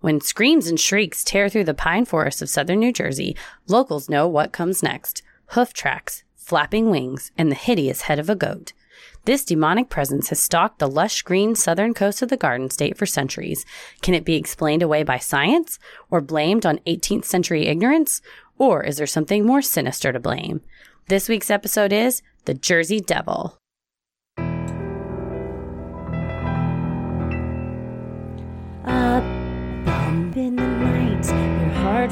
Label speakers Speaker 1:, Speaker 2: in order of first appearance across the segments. Speaker 1: When screams and shrieks tear through the pine forests of southern New Jersey, locals know what comes next hoof tracks, flapping wings, and the hideous head of a goat. This demonic presence has stalked the lush green southern coast of the Garden State for centuries. Can it be explained away by science or blamed on 18th century ignorance? Or is there something more sinister to blame? This week's episode is The Jersey Devil.
Speaker 2: A bump in the night, your heart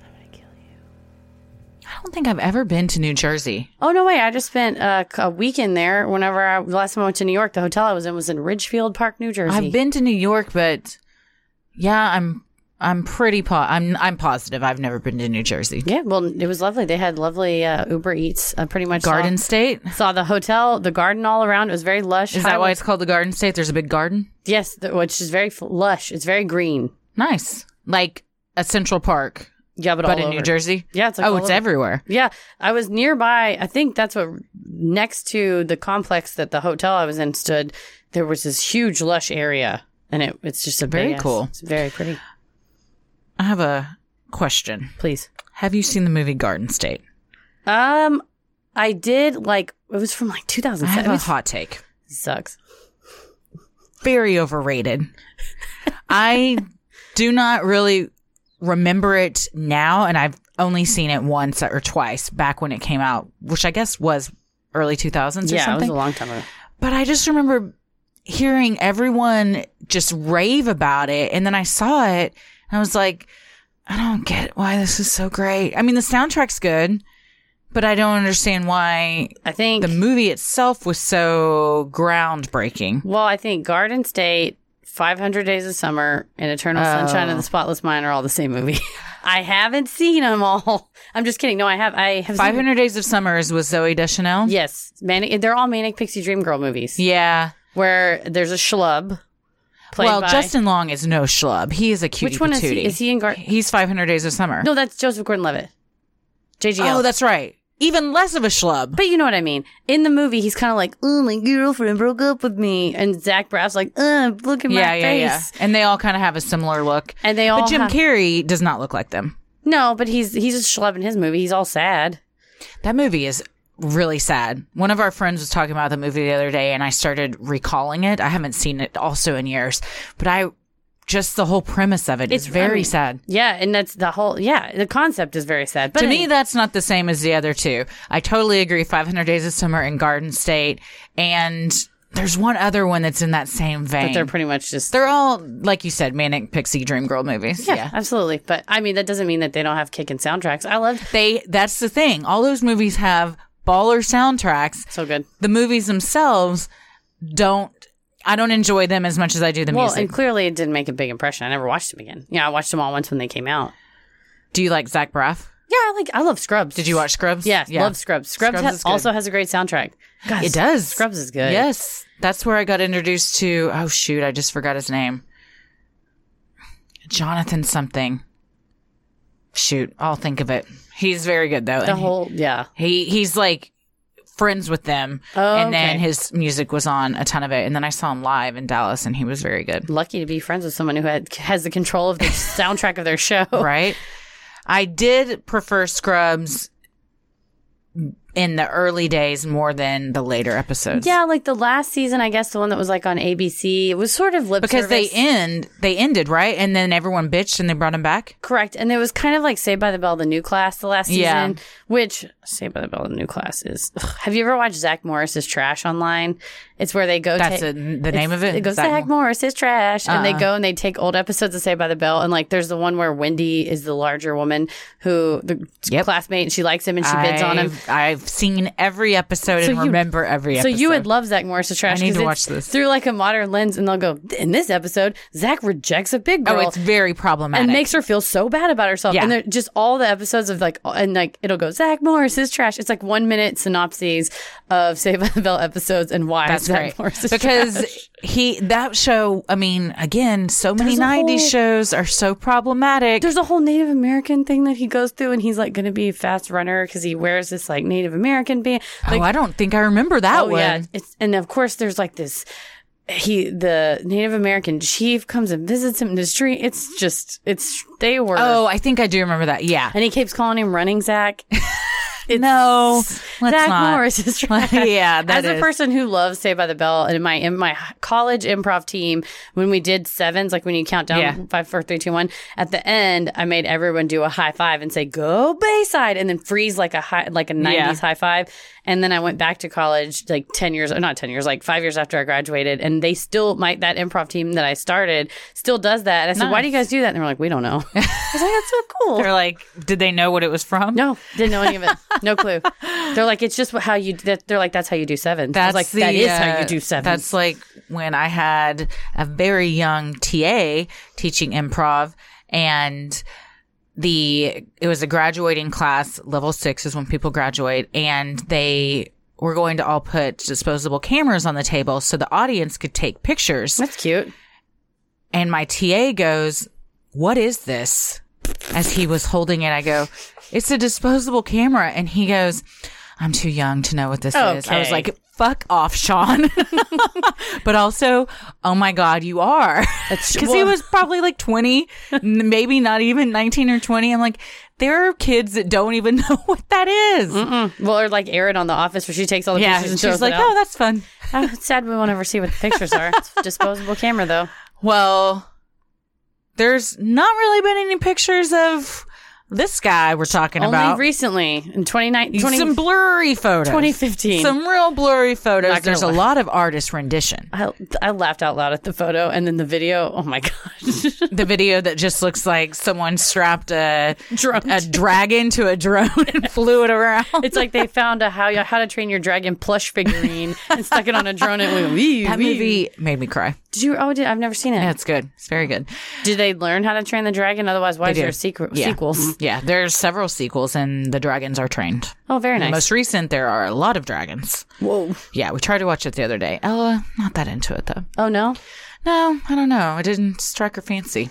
Speaker 2: I'm gonna kill you.
Speaker 3: I don't think I've ever been to New Jersey.
Speaker 1: Oh, no way. I just spent a, a weekend there. Whenever I, the last time I went to New York, the hotel I was in was in Ridgefield Park, New Jersey.
Speaker 3: I've been to New York, but yeah, I'm I'm pretty po- I'm I'm positive I've never been to New Jersey.
Speaker 1: Yeah, well, it was lovely. They had lovely uh, Uber Eats. Uh, pretty much saw-
Speaker 3: Garden State.
Speaker 1: Saw the hotel, the garden all around. It was very lush.
Speaker 3: Is that why
Speaker 1: Highway-
Speaker 3: it's called the Garden State? There's a big garden.
Speaker 1: Yes, th- which is very f- lush. It's very green.
Speaker 3: Nice, like a Central Park,
Speaker 1: Yeah, but,
Speaker 3: but
Speaker 1: all
Speaker 3: in
Speaker 1: over.
Speaker 3: New Jersey.
Speaker 1: Yeah, it's like
Speaker 3: oh,
Speaker 1: all
Speaker 3: it's
Speaker 1: over.
Speaker 3: everywhere.
Speaker 1: Yeah, I was nearby. I think that's what next to the complex that the hotel I was in stood. There was this huge lush area, and it, it's just a
Speaker 3: Very
Speaker 1: big ass-
Speaker 3: cool.
Speaker 1: It's very pretty.
Speaker 3: I have a question.
Speaker 1: Please,
Speaker 3: Have you seen the movie Garden State?
Speaker 1: um, I did like it was from like
Speaker 3: I have
Speaker 1: 2007.
Speaker 3: a hot take.
Speaker 1: sucks.
Speaker 3: very overrated. I do not really remember it now, and I've only seen it once or twice back when it came out, which I guess was early 2000s
Speaker 1: Yeah,
Speaker 3: or
Speaker 1: it was
Speaker 3: something.
Speaker 1: a long time ago.
Speaker 3: but I just remember hearing everyone just rave about it, and then I saw it, and I was like, I don't get why this is so great. I mean, the soundtrack's good, but I don't understand why
Speaker 1: I think
Speaker 3: the movie itself was so groundbreaking.
Speaker 1: Well, I think Garden State, 500 Days of Summer, and Eternal Sunshine
Speaker 3: Oh.
Speaker 1: of the Spotless Mind are all the same movie. I haven't seen them all. I'm just kidding. No, I have. I have. seen-
Speaker 3: 500 Days of Summers was Zoe Deschanel.
Speaker 1: Yes, manic. They're all manic pixie dream girl movies
Speaker 3: Yeah.
Speaker 1: where there's a schlub. Played
Speaker 3: well,
Speaker 1: by-
Speaker 3: Justin Long is no schlub. He is a cutie
Speaker 1: Which one is
Speaker 3: patootie.
Speaker 1: he? Is he in Gar?
Speaker 3: He's 500 Days of Summer.
Speaker 1: No, that's Joseph Gordon-Levitt. JGL.
Speaker 3: oh, that's right. Even less of a schlub.
Speaker 1: But you know what I mean. In the movie, he's kind of like, "Oh, my girlfriend broke up with me," and Zach Braff's like, "Uh, look at
Speaker 3: yeah,
Speaker 1: my
Speaker 3: yeah,
Speaker 1: face."
Speaker 3: yeah. And they all kind of have a similar look.
Speaker 1: And they all
Speaker 3: But Jim
Speaker 1: have-
Speaker 3: Carrey does not look like them.
Speaker 1: No, but he's he's a schlub in his movie. He's all sad.
Speaker 3: That movie is really sad. One of our friends was talking about the movie the other day, and I started recalling it. I haven't seen it also in years, but I just the whole premise of it is
Speaker 1: I
Speaker 3: very
Speaker 1: mean,
Speaker 3: sad.
Speaker 1: Yeah, and that's the whole. Yeah, the concept is very sad. But
Speaker 3: to me, that's not the same as the other two. I totally agree. 500 Days of Summer and Garden State. And there's one other one that's in that same vein.
Speaker 1: but they're pretty much just.
Speaker 3: They're all, like you said, manic pixie dream girl movies.
Speaker 1: yeah,
Speaker 3: Yeah.
Speaker 1: absolutely. But I mean, that doesn't mean that they don't have kicking soundtracks. I loved
Speaker 3: They, that's the thing. All those movies have baller soundtracks.
Speaker 1: so good.
Speaker 3: The movies themselves don't, I don't enjoy them as much as I do the
Speaker 1: Well,
Speaker 3: music.
Speaker 1: and clearly it didn't make a big impression. I never watched them again. Yeah, I watched them all once when they came out.
Speaker 3: do you like Zach Braff?
Speaker 1: Yeah, I like I love Scrubs.
Speaker 3: Did you watch Scrubs?
Speaker 1: Yeah, love Scrubs. Scrubs,
Speaker 3: Scrubs
Speaker 1: ha-
Speaker 3: is good.
Speaker 1: also has a great soundtrack. God,
Speaker 3: It does.
Speaker 1: Scrubs is good.
Speaker 3: Yes. That's where I got introduced to, oh shoot, I just forgot his name. Jonathan something. Shoot, I'll think of it. He's very good though.
Speaker 1: the
Speaker 3: and he-
Speaker 1: whole yeah.
Speaker 3: he, he's like friends with them.
Speaker 1: Oh,
Speaker 3: and then
Speaker 1: okay.
Speaker 3: his music was on a ton of it. And then I saw him live in Dallas and he was very good.
Speaker 1: Lucky to be friends with someone who had, has the control of the soundtrack of their show.
Speaker 3: right? I did prefer Scrubs in the early days more than the later episodes.
Speaker 1: Yeah, like the last season, I guess the one that was like on ABC, it was sort of lip
Speaker 3: Because they
Speaker 1: service.
Speaker 3: end, they ended right, and then everyone bitched, and they brought him back.
Speaker 1: Correct. And it was kind of like Saved by the Bell, the new class, the last season,
Speaker 3: Yeah.
Speaker 1: which Saved by the Bell, the new class is. Ugh. Have you ever watched Zach Morris's Trash online? It's where they go.
Speaker 3: That's
Speaker 1: ta-
Speaker 3: a- the name
Speaker 1: it's-
Speaker 3: of it?
Speaker 1: It goes
Speaker 3: Zach
Speaker 1: Zach,
Speaker 3: Mor-
Speaker 1: Morris's Trash, and
Speaker 3: Uh-uh.
Speaker 1: they go and they take old episodes of Saved by the Bell, and like there's the one where Wendy is the larger woman who the
Speaker 3: Yep.
Speaker 1: classmate, and she likes him and she bids on him.
Speaker 3: I, I I've seen every episode
Speaker 1: So
Speaker 3: and
Speaker 1: you-
Speaker 3: remember every
Speaker 1: So
Speaker 3: episode.
Speaker 1: you would love Zach Morris to trash.
Speaker 3: I need
Speaker 1: 'cause
Speaker 3: to
Speaker 1: it's
Speaker 3: watch this.
Speaker 1: through like a modern lens, and they'll go in this episode. Zach rejects a big
Speaker 3: Oh,
Speaker 1: girl.
Speaker 3: it's very problematic.
Speaker 1: and makes her feel so bad about herself.
Speaker 3: Yeah.
Speaker 1: And they're just all the episodes of like, and like it'll go Zach Morris is trash. It's like one minute synopses of Save by the Bell episodes and why
Speaker 3: That's
Speaker 1: Zach
Speaker 3: right.
Speaker 1: Morris is
Speaker 3: Because
Speaker 1: trash.
Speaker 3: he that show, I mean, again, so many
Speaker 1: There's a
Speaker 3: '90s
Speaker 1: whole-
Speaker 3: shows are so problematic.
Speaker 1: There's a whole Native American thing that he goes through, and he's like going to be a fast runner because he wears this like Native American band. Like,
Speaker 3: oh, I don't think I remember that
Speaker 1: oh
Speaker 3: one.
Speaker 1: yeah, it's and of course there's like this. He the Native American chief comes and visits him in his tree. It's just it's they were
Speaker 3: Oh, I think I do remember that. Yeah.
Speaker 1: and he keeps calling him Running Zach.
Speaker 3: no, let's
Speaker 1: Zach
Speaker 3: not.
Speaker 1: Morris is trash.
Speaker 3: Yeah,
Speaker 1: as
Speaker 3: that
Speaker 1: a
Speaker 3: is.
Speaker 1: person who loves Saved by the Bell, and in my in my college improv team, when we did sevens, like when you count down
Speaker 3: Yeah.
Speaker 1: five, four, three, two, one, at the end, I made everyone do a high five and say "Go Bayside," and then freeze like a high, like a nineties
Speaker 3: Yeah.
Speaker 1: high five. And then I went back to college, like ten years, or not ten years, like five years after I graduated, and they still my that improv team that I started still does that. And I said, "Why do you guys do that?" And they were like, "We don't know." I was like, "That's so cool."
Speaker 3: They're like, did they know what it was from?
Speaker 1: No, didn't know any of it. No clue. They're like, it's just what- how you. that- They're like, that's how you do sevens.
Speaker 3: That's
Speaker 1: I was like that is how you
Speaker 3: uh,
Speaker 1: do sevens.
Speaker 3: That's like when I had a very young TA teaching improv and the it was a graduating class level 6 is when people graduate and they were going to all put disposable cameras on the table so the audience could take pictures
Speaker 1: that's cute.
Speaker 3: and my TA goes, What is this? As he was holding it, I go, It's a disposable camera. And he goes, I'm too young to know what this is. I was
Speaker 1: Okay.
Speaker 3: like, Fuck off, Sean. but also, oh my God, you are.
Speaker 1: That's-
Speaker 3: Because he
Speaker 1: well-
Speaker 3: was probably like 20, n- maybe not even 19 or 20. I'm like, there are kids that don't even know what that is.
Speaker 1: Hmm. Well, or like Erin on The Office, where she takes all the
Speaker 3: Yeah.
Speaker 1: pictures and
Speaker 3: she's
Speaker 1: throws
Speaker 3: like,
Speaker 1: it
Speaker 3: Oh,
Speaker 1: out.
Speaker 3: that's fun.
Speaker 1: Oh, it's sad we won't ever see what the pictures are. It's a disposable camera though.
Speaker 3: Well, there's not really been any pictures of this guy we're talking about.
Speaker 1: Only recently in 2019, 20,
Speaker 3: some blurry photos.
Speaker 1: 2015.
Speaker 3: Some real blurry photos.
Speaker 1: Not gonna
Speaker 3: There's a
Speaker 1: lie.
Speaker 3: lot of artist rendition.
Speaker 1: I, I laughed out loud at the photo and then the video. Oh my gosh.
Speaker 3: The video that just looks like someone strapped a
Speaker 1: Drone.
Speaker 3: a dragon to a drone and flew it around.
Speaker 1: It's like they found a how, how to train your dragon plush figurine and stuck it on a drone and went, wee,
Speaker 3: that
Speaker 1: wee.
Speaker 3: movie made me cry.
Speaker 1: Did you? Oh, did, I've never seen it.
Speaker 3: Yeah, it's good. It's very good.
Speaker 1: Did they learn how to train the dragon? Otherwise, why is
Speaker 3: do.
Speaker 1: there sequ-
Speaker 3: Yeah.
Speaker 1: sequels?
Speaker 3: Yeah, there's several sequels, and the dragons are trained.
Speaker 1: Oh, very
Speaker 3: The
Speaker 1: nice.
Speaker 3: most recent, there are a lot of dragons.
Speaker 1: Whoa.
Speaker 3: Yeah, we tried to watch it the other day. Ella, not that into it though.
Speaker 1: Oh no.
Speaker 3: No, I don't know. It didn't strike her fancy.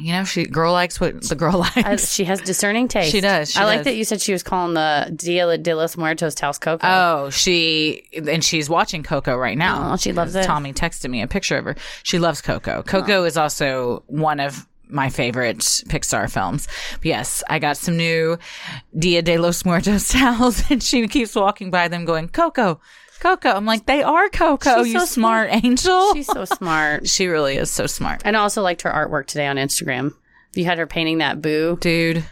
Speaker 3: You know, she girl likes what the girl likes.
Speaker 1: I, she has discerning taste.
Speaker 3: She does, she
Speaker 1: I like
Speaker 3: does.
Speaker 1: that you said she was calling the Dia de los Muertos Taos Coco.
Speaker 3: Oh, she and she's watching Coco right now.
Speaker 1: Aw, she loves it.
Speaker 3: Tommy texted me a picture of her. She loves Coco. Coco is also one of my favorite Pixar films. But yes, I got some new Dia de los Muertos towels, and she keeps walking by them, going Coco, Coco. I'm like, they are Coco.
Speaker 1: She's
Speaker 3: you
Speaker 1: so
Speaker 3: smart, angel.
Speaker 1: She's so smart.
Speaker 3: she really is so smart,
Speaker 1: And I also liked her artwork today on Instagram. You had her painting that boo.
Speaker 3: dude.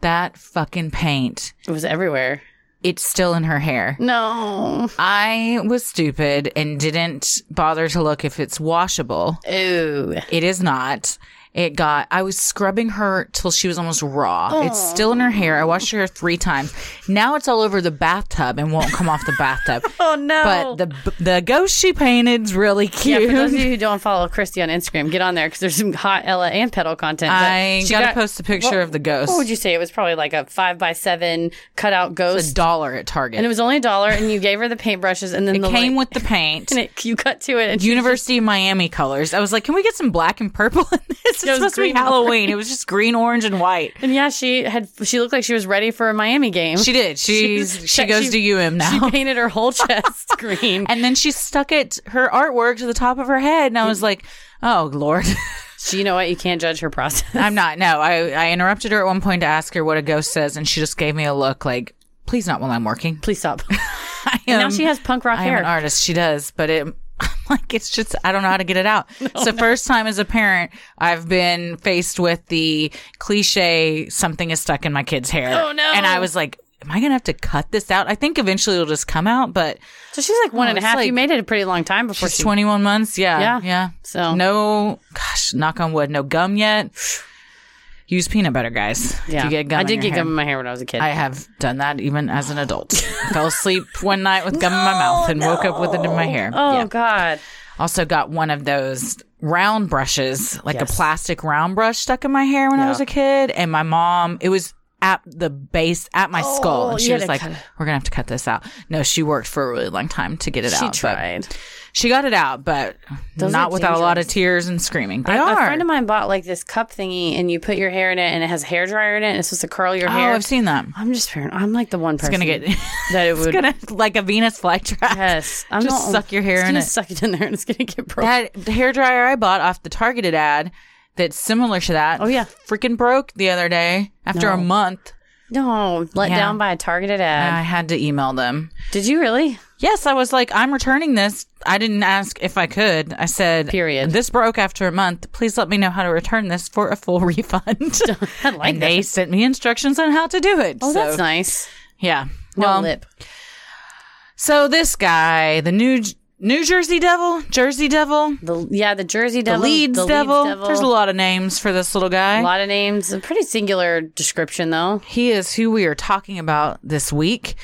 Speaker 3: That fucking paint.
Speaker 1: It was everywhere.
Speaker 3: It's still in her hair.
Speaker 1: No.
Speaker 3: I was stupid and didn't bother to look if it's washable.
Speaker 1: Ooh.
Speaker 3: It is not. It got, I was scrubbing her till she was almost raw. It's still in her hair. I washed her hair three times. Now it's all over the bathtub and won't come off the bathtub.
Speaker 1: Oh no.
Speaker 3: But the the ghost she painted's really
Speaker 1: yeah,
Speaker 3: cute.
Speaker 1: for those of you who don't follow Christy on Instagram, get on there because there's some hot Ella and pedal content. But
Speaker 3: I
Speaker 1: she
Speaker 3: gotta post a picture
Speaker 1: what-
Speaker 3: of the ghost.
Speaker 1: What would you say? It was probably like a five by seven cutout
Speaker 3: a
Speaker 1: ghost.
Speaker 3: dollar at Target.
Speaker 1: and it was only a dollar, and you gave her the paintbrushes, and then the
Speaker 3: came
Speaker 1: like,
Speaker 3: with the paint.
Speaker 1: and it, you cut to it, and she-
Speaker 3: University of Miami colors. I was like, can we get some black and purple in this? It's
Speaker 1: was
Speaker 3: supposed to be
Speaker 1: green and
Speaker 3: Halloween. It was just green, orange, and white.
Speaker 1: and yeah, she had she looked like she was ready for a Miami game.
Speaker 3: She did. She's, she goes to UM now.
Speaker 1: She painted her whole chest green.
Speaker 3: and then she stuck it her artwork to the top of her head, and I was like, "Oh Lord,
Speaker 1: She, you know what? You can't judge her process.
Speaker 3: I'm not." No, I I interrupted her at one point to ask her what a ghost says, and she just gave me a look like, "Please not while I'm working."
Speaker 1: Please stop.
Speaker 3: I
Speaker 1: And now
Speaker 3: am-
Speaker 1: she has punk rock
Speaker 3: Um, I am
Speaker 1: hair.
Speaker 3: an artist. She does, but it. I'm Like it's just I don't know how to get it out. it's the first time as a parent I've been faced with the cliche something is stuck in my kid's hair.
Speaker 1: Oh, no.
Speaker 3: And I was like, am I gonna have to cut this out? I think eventually it'll just come out, but Oh,
Speaker 1: so she's like one and a
Speaker 3: it's
Speaker 1: half.
Speaker 3: like-
Speaker 1: you made it a pretty long time before
Speaker 3: She's
Speaker 1: she.
Speaker 3: 21 months. Yeah.
Speaker 1: Yeah.
Speaker 3: Yeah.
Speaker 1: So-
Speaker 3: no, gosh, knock on wood, no gum yet. Use peanut butter, guys. If
Speaker 1: Yeah.
Speaker 3: you get gum
Speaker 1: I
Speaker 3: in
Speaker 1: did
Speaker 3: your
Speaker 1: get
Speaker 3: hair-
Speaker 1: gum in my hair when I was a kid.
Speaker 3: I have done that even as an adult. Fell asleep one night with gum in my mouth and woke up with it in my hair.
Speaker 1: oh
Speaker 3: Yeah.
Speaker 1: God.
Speaker 3: Also got one of those round brushes, like
Speaker 1: Yes.
Speaker 3: a plastic round brush stuck in my hair when I
Speaker 1: Yeah.
Speaker 3: was a kid. And my mom, it was at the base, at my skull.
Speaker 1: Oh,
Speaker 3: And she
Speaker 1: you had
Speaker 3: was
Speaker 1: to
Speaker 3: like,
Speaker 1: cut it.
Speaker 3: we're going to have to cut this out. No, she worked for a really long time to get it out.
Speaker 1: She
Speaker 3: but-
Speaker 1: tried.
Speaker 3: She got it out, but
Speaker 1: Those
Speaker 3: not
Speaker 1: are
Speaker 3: without a lot of tears and screaming. They
Speaker 1: A
Speaker 3: are.
Speaker 1: friend of mine bought like this cup thingy, and you put your hair in it, and it has a hair dryer in it, and it's supposed to curl your
Speaker 3: oh,
Speaker 1: hair.
Speaker 3: I've seen them.
Speaker 1: I'm just paranoid. I'm like the one
Speaker 3: It's
Speaker 1: person
Speaker 3: gonna get.
Speaker 1: that it
Speaker 3: It's
Speaker 1: would.
Speaker 3: gonna like a Venus flytrap.
Speaker 1: yes, I'm
Speaker 3: just
Speaker 1: not-
Speaker 3: suck your hair
Speaker 1: it's
Speaker 3: in
Speaker 1: gonna
Speaker 3: it.
Speaker 1: Suck it in there, and it's gonna get broken.
Speaker 3: That hair dryer I bought off the targeted ad that's similar to that.
Speaker 1: Oh, yeah.
Speaker 3: freaking broke the other day after a
Speaker 1: No.
Speaker 3: month.
Speaker 1: no, let
Speaker 3: Yeah.
Speaker 1: down by a targeted
Speaker 3: and
Speaker 1: ad.
Speaker 3: I had to email them.
Speaker 1: Did you really?
Speaker 3: Yes, I was like, I'm returning this. I didn't ask if I could. I said,
Speaker 1: Period.
Speaker 3: This broke after a month. Please let me know how to return this for a full refund.
Speaker 1: I like
Speaker 3: and they
Speaker 1: that.
Speaker 3: sent me instructions on how to do it.
Speaker 1: Oh, that's
Speaker 3: so-
Speaker 1: nice.
Speaker 3: Yeah.
Speaker 1: No
Speaker 3: well,
Speaker 1: lip.
Speaker 3: so this guy, the new New Jersey Devil, Jersey Devil,
Speaker 1: The yeah, the Jersey
Speaker 3: the
Speaker 1: Devil,
Speaker 3: Leeds,
Speaker 1: the
Speaker 3: Devil. There's a lot of names for this little guy.
Speaker 1: A lot of names. A pretty singular description, though.
Speaker 3: He is who we are talking about this week.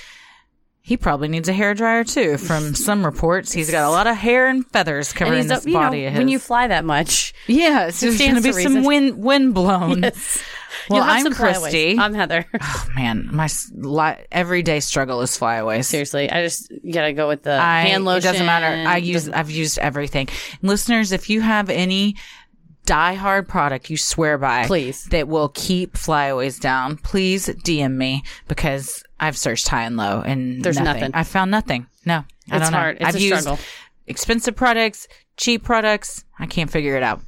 Speaker 3: He probably needs a hair dryer too. From some reports, he's got a lot of hair and feathers
Speaker 1: And
Speaker 3: covering
Speaker 1: he's
Speaker 3: this
Speaker 1: up- you
Speaker 3: body
Speaker 1: know,
Speaker 3: of his.
Speaker 1: when you fly that much.
Speaker 3: yeah, it's just
Speaker 1: stands
Speaker 3: going to be
Speaker 1: to
Speaker 3: some
Speaker 1: reason.
Speaker 3: wind wind blown. Well,
Speaker 1: You'll have
Speaker 3: I'm
Speaker 1: some flyaways.
Speaker 3: Christy.
Speaker 1: I'm Heather.
Speaker 3: Oh, man, my s- li- everyday struggle is flyaways.
Speaker 1: Seriously, I just gotta go with the
Speaker 3: I,
Speaker 1: hand lotion.
Speaker 3: It doesn't matter. I use. I've used everything. Listeners, if you have any diehard product you swear by,
Speaker 1: Please.
Speaker 3: that will keep flyaways down, please DM me because I've searched high and low and
Speaker 1: There's nothing.
Speaker 3: I found nothing. No, I
Speaker 1: It's
Speaker 3: don't know.
Speaker 1: hard. It's
Speaker 3: I've
Speaker 1: a
Speaker 3: used
Speaker 1: struggle.
Speaker 3: expensive products, cheap products. I can't figure it out.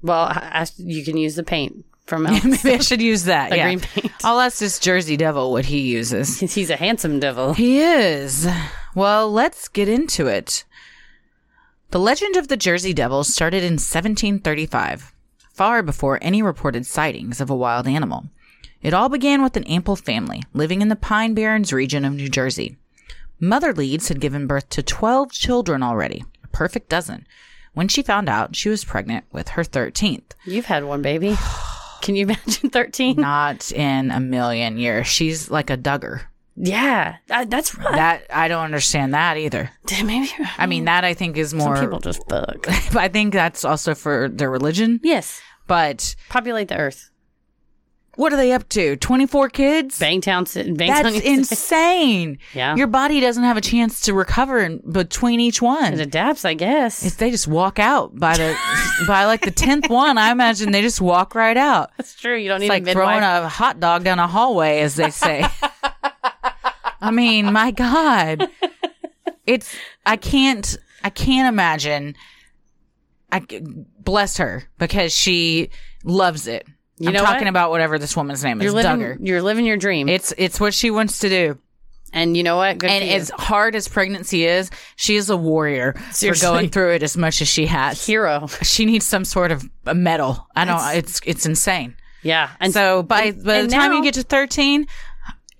Speaker 1: Well, I, I, you can use the paint from Elf.
Speaker 3: Maybe I should use that.
Speaker 1: Oh, The
Speaker 3: yeah.
Speaker 1: green paint.
Speaker 3: I'll ask this Jersey Devil what he uses.
Speaker 1: He's a handsome devil.
Speaker 3: He is. Well, let's get into it. The legend of the Jersey Devil started in 1735, far before any reported sightings of a wild animal. It all began with an ample family living in the Pine Barrens region of New Jersey. Mother Leeds had given birth to 12 children already, a perfect dozen, when she found out she was pregnant with her 13th.
Speaker 1: You've had one baby. Can you imagine thirteen?
Speaker 3: Not in a million years. She's like a Duggar.
Speaker 1: Yeah,
Speaker 3: Uh,
Speaker 1: that, that's right.
Speaker 3: That I don't understand that either.
Speaker 1: Maybe
Speaker 3: I mean, that I think is more
Speaker 1: people just bug.
Speaker 3: But I think that's also for their religion.
Speaker 1: yes,
Speaker 3: But
Speaker 1: populate the earth.
Speaker 3: what are they up to? 24 kids?
Speaker 1: Bangtown, ci- Bangtown.
Speaker 3: That's insane.
Speaker 1: Yeah.
Speaker 3: Your body doesn't have a chance to recover in between each
Speaker 1: It
Speaker 3: one.
Speaker 1: adapts, I guess.
Speaker 3: If they just walk out by the by like the 10th one, I imagine they just walk right out. It's
Speaker 1: That's true. You don't need
Speaker 3: like
Speaker 1: a
Speaker 3: throwing
Speaker 1: midwife.
Speaker 3: a hot dog down a hallway as they say. I mean, my god. It's I can't I can't imagine I c- bless her because she loves it.
Speaker 1: You
Speaker 3: I'm
Speaker 1: know
Speaker 3: talking
Speaker 1: what?
Speaker 3: about whatever this woman's name
Speaker 1: You're
Speaker 3: is,
Speaker 1: living,
Speaker 3: Duggar.
Speaker 1: you're living your dream.
Speaker 3: It's it's what she wants to do.
Speaker 1: and you know what? Good
Speaker 3: And
Speaker 1: for you.
Speaker 3: as hard as pregnancy is, she is a warrior
Speaker 1: Seriously.
Speaker 3: for going through it as much as she has.
Speaker 1: hero.
Speaker 3: She needs some sort of a medal. I don't. It's it's insane.
Speaker 1: Yeah. And
Speaker 3: So by by the
Speaker 1: and
Speaker 3: time you
Speaker 1: now-
Speaker 3: get to thirteen,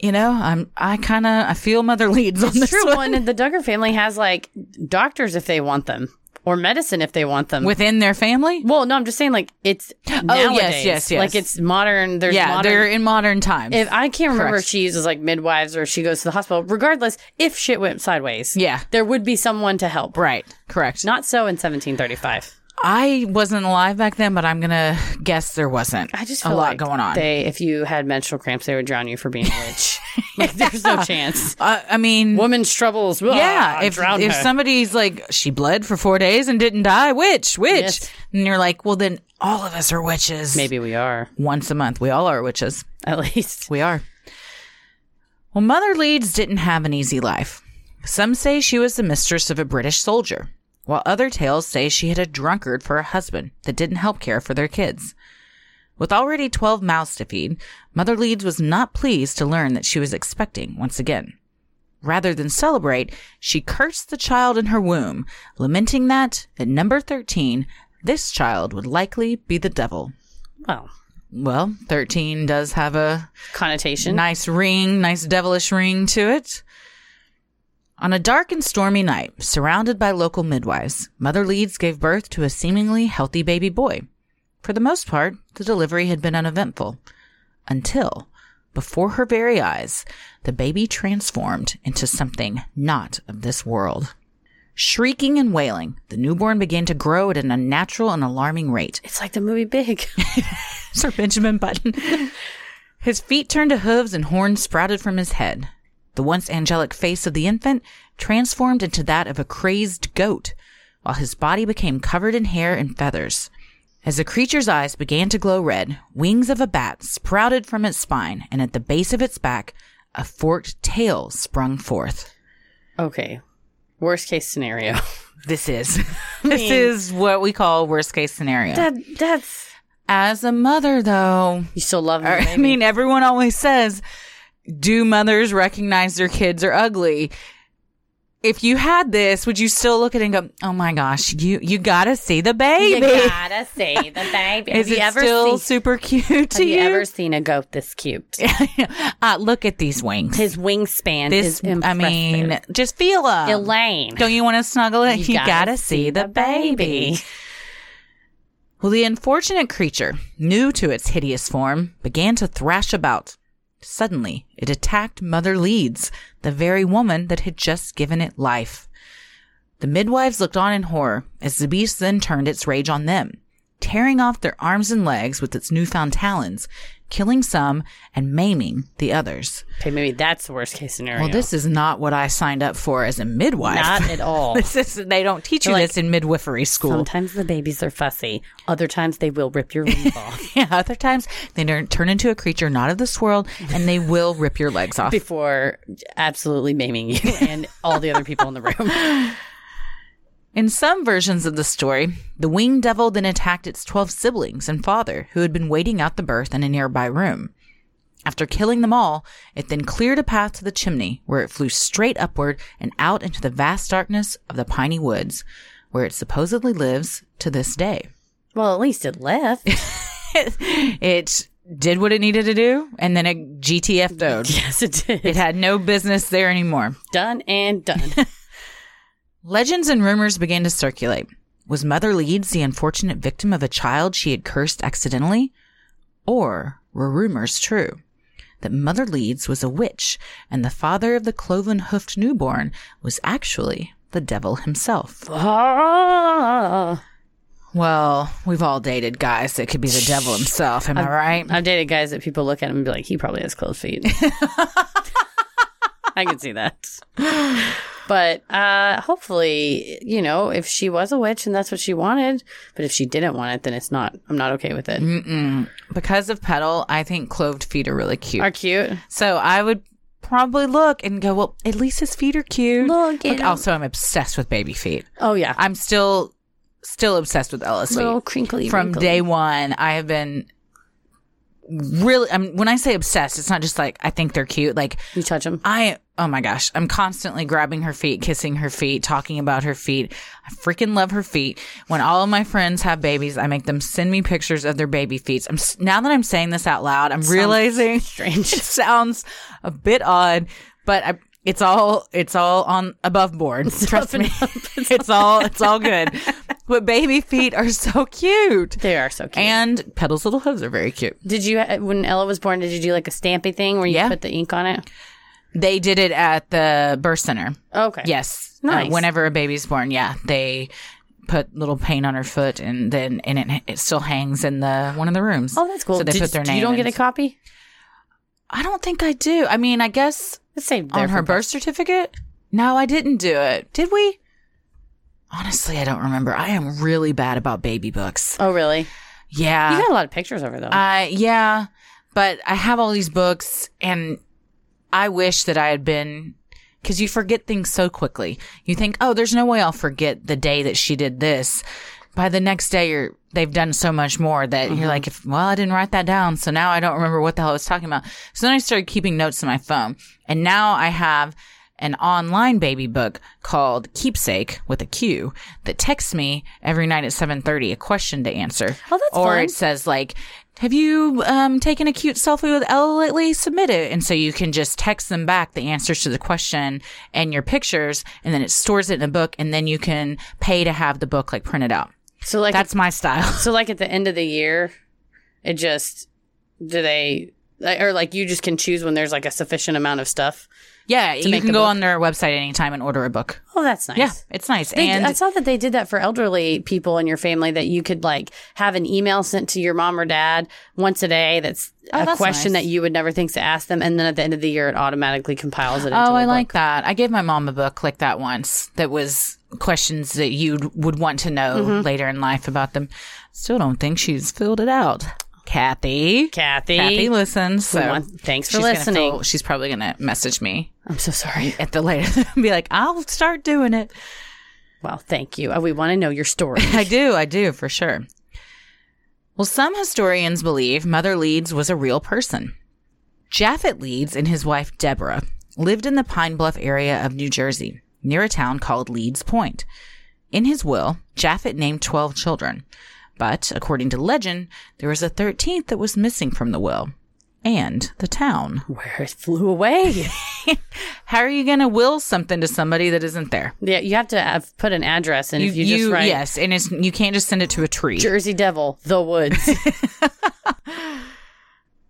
Speaker 3: you know I'm I kind of I feel mother leads on this
Speaker 1: It's true.
Speaker 3: one.
Speaker 1: One, and the Duggar family has like doctors if they want them, or medicine if they want them.
Speaker 3: within their family.
Speaker 1: well, no, I'm just saying like it's nowadays.
Speaker 3: Oh, yes, yes.
Speaker 1: Like it's modern. There's
Speaker 3: Yeah,
Speaker 1: modern.
Speaker 3: they're in modern times.
Speaker 1: if I can't remember
Speaker 3: Correct.
Speaker 1: if she uses like midwives or if she goes to the hospital, regardless, if shit went sideways,
Speaker 3: Yeah.
Speaker 1: there would be someone to help.
Speaker 3: right, correct.
Speaker 1: Not so in 1735.
Speaker 3: I wasn't alive back then, but I'm gonna guess there wasn't.
Speaker 1: I just
Speaker 3: a
Speaker 1: feel
Speaker 3: lot
Speaker 1: like
Speaker 3: going on.
Speaker 1: They, if you had menstrual cramps, they would drown you for being a witch. like, there's no chance.
Speaker 3: uh, I mean,
Speaker 1: Woman's troubles. Ugh,
Speaker 3: yeah. If
Speaker 1: uh, drown
Speaker 3: if
Speaker 1: her.
Speaker 3: somebody's like she bled for four days and didn't die, witch, witch,
Speaker 1: Yes.
Speaker 3: and you're like, well, then all of us are witches.
Speaker 1: maybe we are
Speaker 3: once a month, we all are witches.
Speaker 1: at least.
Speaker 3: We are. Well, Mother Leeds didn't have an easy life. Some say she was the mistress of a British soldier, while other tales say she had a drunkard for a husband that didn't help care for their kids. With already 12 mouths to feed, Mother Leeds was not pleased to learn that she was expecting once again. Rather than celebrate, she cursed the child in her womb, lamenting that, at number 13, this child would likely be the devil.
Speaker 1: Well,
Speaker 3: Well, 13 does have a
Speaker 1: connotation.
Speaker 3: Nice ring, nice devilish ring to it. On a dark and stormy night, surrounded by local midwives, Mother Leeds gave birth to a seemingly healthy baby boy. For the most part, the delivery had been uneventful. Until, before her very eyes, the baby transformed into something not of this world. Shrieking and wailing, the newborn began to grow at an unnatural and alarming rate.
Speaker 1: It's like the movie Big.
Speaker 3: Sir Benjamin Button. his feet turned to hooves and horns sprouted from his head. The once angelic face of the infant transformed into that of a crazed goat, while his body became covered in hair and feathers. As the creature's eyes began to glow red, wings of a bat sprouted from its spine, and at the base of its back, a forked tail sprung forth.
Speaker 1: okay. Worst case scenario.
Speaker 3: This is this is what we call worst case scenario.
Speaker 1: That that's
Speaker 3: As a mother, though,
Speaker 1: you still love
Speaker 3: Or,
Speaker 1: her.
Speaker 3: I mean, everyone always says, do mothers recognize their kids are ugly? If you had this, would you still look at it and go, oh my gosh, you, you gotta see the baby?
Speaker 1: gotta see the baby.
Speaker 3: Is it still super cute to
Speaker 1: have you,
Speaker 3: you?
Speaker 1: ever seen a goat this cute?
Speaker 3: uh, look at these wings.
Speaker 1: His wingspan
Speaker 3: this,
Speaker 1: is impressive.
Speaker 3: I mean, just feel them.
Speaker 1: Elaine.
Speaker 3: Don't you want to snuggle it?
Speaker 1: You
Speaker 3: You,
Speaker 1: gotta
Speaker 3: gotta,
Speaker 1: see
Speaker 3: see the
Speaker 1: the baby.
Speaker 3: baby. Well, the unfortunate creature, new to its hideous form, began to thrash about. Suddenly, it attacked Mother Leeds, the very woman that had just given it life. The midwives looked on in horror as the beast then turned its rage on them, tearing off their arms and legs with its newfound talons, killing some and maiming the others.
Speaker 1: okay, maybe that's the worst case scenario.
Speaker 3: Well, this is not what I signed up for as a midwife.
Speaker 1: not at all.
Speaker 3: This is they don't teach you
Speaker 1: Like-
Speaker 3: this in midwifery school.
Speaker 1: Sometimes the babies are fussy. Other times they will rip your wings off
Speaker 3: Yeah, other times they turn turn into a creature not of this world, and they will rip your legs off.
Speaker 1: before absolutely maiming you and all the other people in the room.
Speaker 3: In some versions of the story, the winged devil then attacked its twelve siblings and father, who had been waiting out the birth in a nearby room. After killing them all, it then cleared a path to the chimney, where it flew straight upward and out into the vast darkness of the piney woods, where it supposedly lives to this day.
Speaker 1: Well, at least it left.
Speaker 3: It did what it needed to do, and then it GTFO'd.
Speaker 1: yes, it did.
Speaker 3: It had no business there anymore.
Speaker 1: done and done.
Speaker 3: Legends and rumors began to circulate. Was Mother Leeds the unfortunate victim of a child she had cursed accidentally? Or were rumors true? That Mother Leeds was a witch and the father of the cloven hoofed newborn was actually the devil himself.
Speaker 1: Ah.
Speaker 3: Well, we've all dated guys that could be the devil himself, am I right?
Speaker 1: I've dated guys that people look at him and be like, he probably has closed feet. I can see that. But uh, hopefully, you know, if she was a witch and that's what she wanted, but if she didn't want it, then it's not, I'm not okay with it.
Speaker 3: Mm. Because of Petal, I think cloved feet are really cute.
Speaker 1: Are cute.
Speaker 3: So I would probably look and go, well, at least his feet are cute.
Speaker 1: Look at him.
Speaker 3: also, I'm obsessed with baby feet.
Speaker 1: Oh, yeah.
Speaker 3: I'm still still obsessed with Ella's
Speaker 1: Little
Speaker 3: feet.
Speaker 1: crinkly
Speaker 3: From
Speaker 1: wrinkly.
Speaker 3: day one, I have been really. I mean, when I say obsessed, it's not just like I think they're cute. Like
Speaker 1: You touch him.
Speaker 3: I, oh my gosh, I'm constantly grabbing her feet, kissing her feet, talking about her feet. I freaking love her feet. When all of my friends have babies, I make them send me pictures of their baby feet. I'm s- now that I'm saying this out loud, I'm realizing
Speaker 1: strange.
Speaker 3: it sounds a bit odd, but I, it's all it's all on above board. Trust me, it's all it's all good. But baby feet are so cute,
Speaker 1: They are so cute.
Speaker 3: and Petal's little hooves are very cute.
Speaker 1: did you, when Ella was born, did you do like a stampy thing where you
Speaker 3: Yeah.
Speaker 1: put the ink on it? Oh,
Speaker 3: They did it at the birth center.
Speaker 1: Okay.
Speaker 3: Yes. Uh,
Speaker 1: Nice.
Speaker 3: whenever a baby's born, yeah, they put little paint on her foot, and then and it, it still hangs in the one of the rooms.
Speaker 1: Oh, that's cool.
Speaker 3: So they
Speaker 1: Did-
Speaker 3: put their name.
Speaker 1: You don't get
Speaker 3: in.
Speaker 1: a copy?
Speaker 3: I don't think I do. I mean, I guess
Speaker 1: Let's save
Speaker 3: on her birth certificate. No, I didn't do it. Did we? Honestly, I don't remember. I am really bad about baby books.
Speaker 1: Oh, really? You
Speaker 3: Yeah.
Speaker 1: got a lot of pictures over though.
Speaker 3: Uh, yeah, but I have all these books, and I wish that I had been because you forget things so quickly. You think, oh, there's no way I'll forget the day that she did this. By the next day, you're they've done so much more that
Speaker 1: Mm-hmm.
Speaker 3: you're like, if, well, I didn't write that down, so now I don't remember what the hell I was talking about. So then I started keeping notes in my phone, and now I have. An online baby book called Keepsake with a Q that texts me every night at seven thirty a question to answer.
Speaker 1: Oh, that's
Speaker 3: or
Speaker 1: fun.
Speaker 3: it says like have you um, taken a cute selfie with ella lately submit it and so you can just text them back the answers to the question and your pictures and then it stores it in a book and then you can pay to have the book like printed out
Speaker 1: So like
Speaker 3: That's my style.
Speaker 1: so like at the end of the year, it just do they like- or like you just can choose when there's like a sufficient amount of stuff.
Speaker 3: Yeah, you
Speaker 1: make
Speaker 3: can
Speaker 1: a
Speaker 3: go
Speaker 1: book.
Speaker 3: on their website anytime and order a book.
Speaker 1: Oh, that's nice.
Speaker 3: Yeah, it's nice.
Speaker 1: They,
Speaker 3: and
Speaker 1: I saw that they did that for elderly people in your family that you could like have an email sent to your mom or dad once a day that's
Speaker 3: Oh,
Speaker 1: a
Speaker 3: that's
Speaker 1: question
Speaker 3: nice.
Speaker 1: that you would never think to ask them and then at the end of the year it automatically compiles it into
Speaker 3: Oh,
Speaker 1: a
Speaker 3: I
Speaker 1: book.
Speaker 3: like that. I gave my mom a book like that once that was questions that you would want to know
Speaker 1: Mm-hmm.
Speaker 3: later in life about them. Still don't think she's filled it out. Kathy.
Speaker 1: Kathy.
Speaker 3: Kathy listens. So
Speaker 1: we want- thanks for
Speaker 3: she's gonna
Speaker 1: listening.
Speaker 3: fill- she's probably going to message me
Speaker 1: I'm so sorry.
Speaker 3: at the later and be like, I'll start doing it.
Speaker 1: Well, thank you. Uh, We want to know your story.
Speaker 3: I do. I do for sure. Well, some historians believe Mother Leeds was a real person. Japhet Leeds and his wife Deborah lived in the Pine Bluff area of New Jersey, near a town called Leeds Point. In his will, Japhet named 12 children, but according to legend, there was a 13th that was missing from the will and the town.
Speaker 1: Where it flew away.
Speaker 3: How are you going to will something to somebody that isn't there?
Speaker 1: yeah, you have to have put an address and if you, just write
Speaker 3: yes, and it's you can't just send it to a tree.
Speaker 1: Jersey Devil, the woods.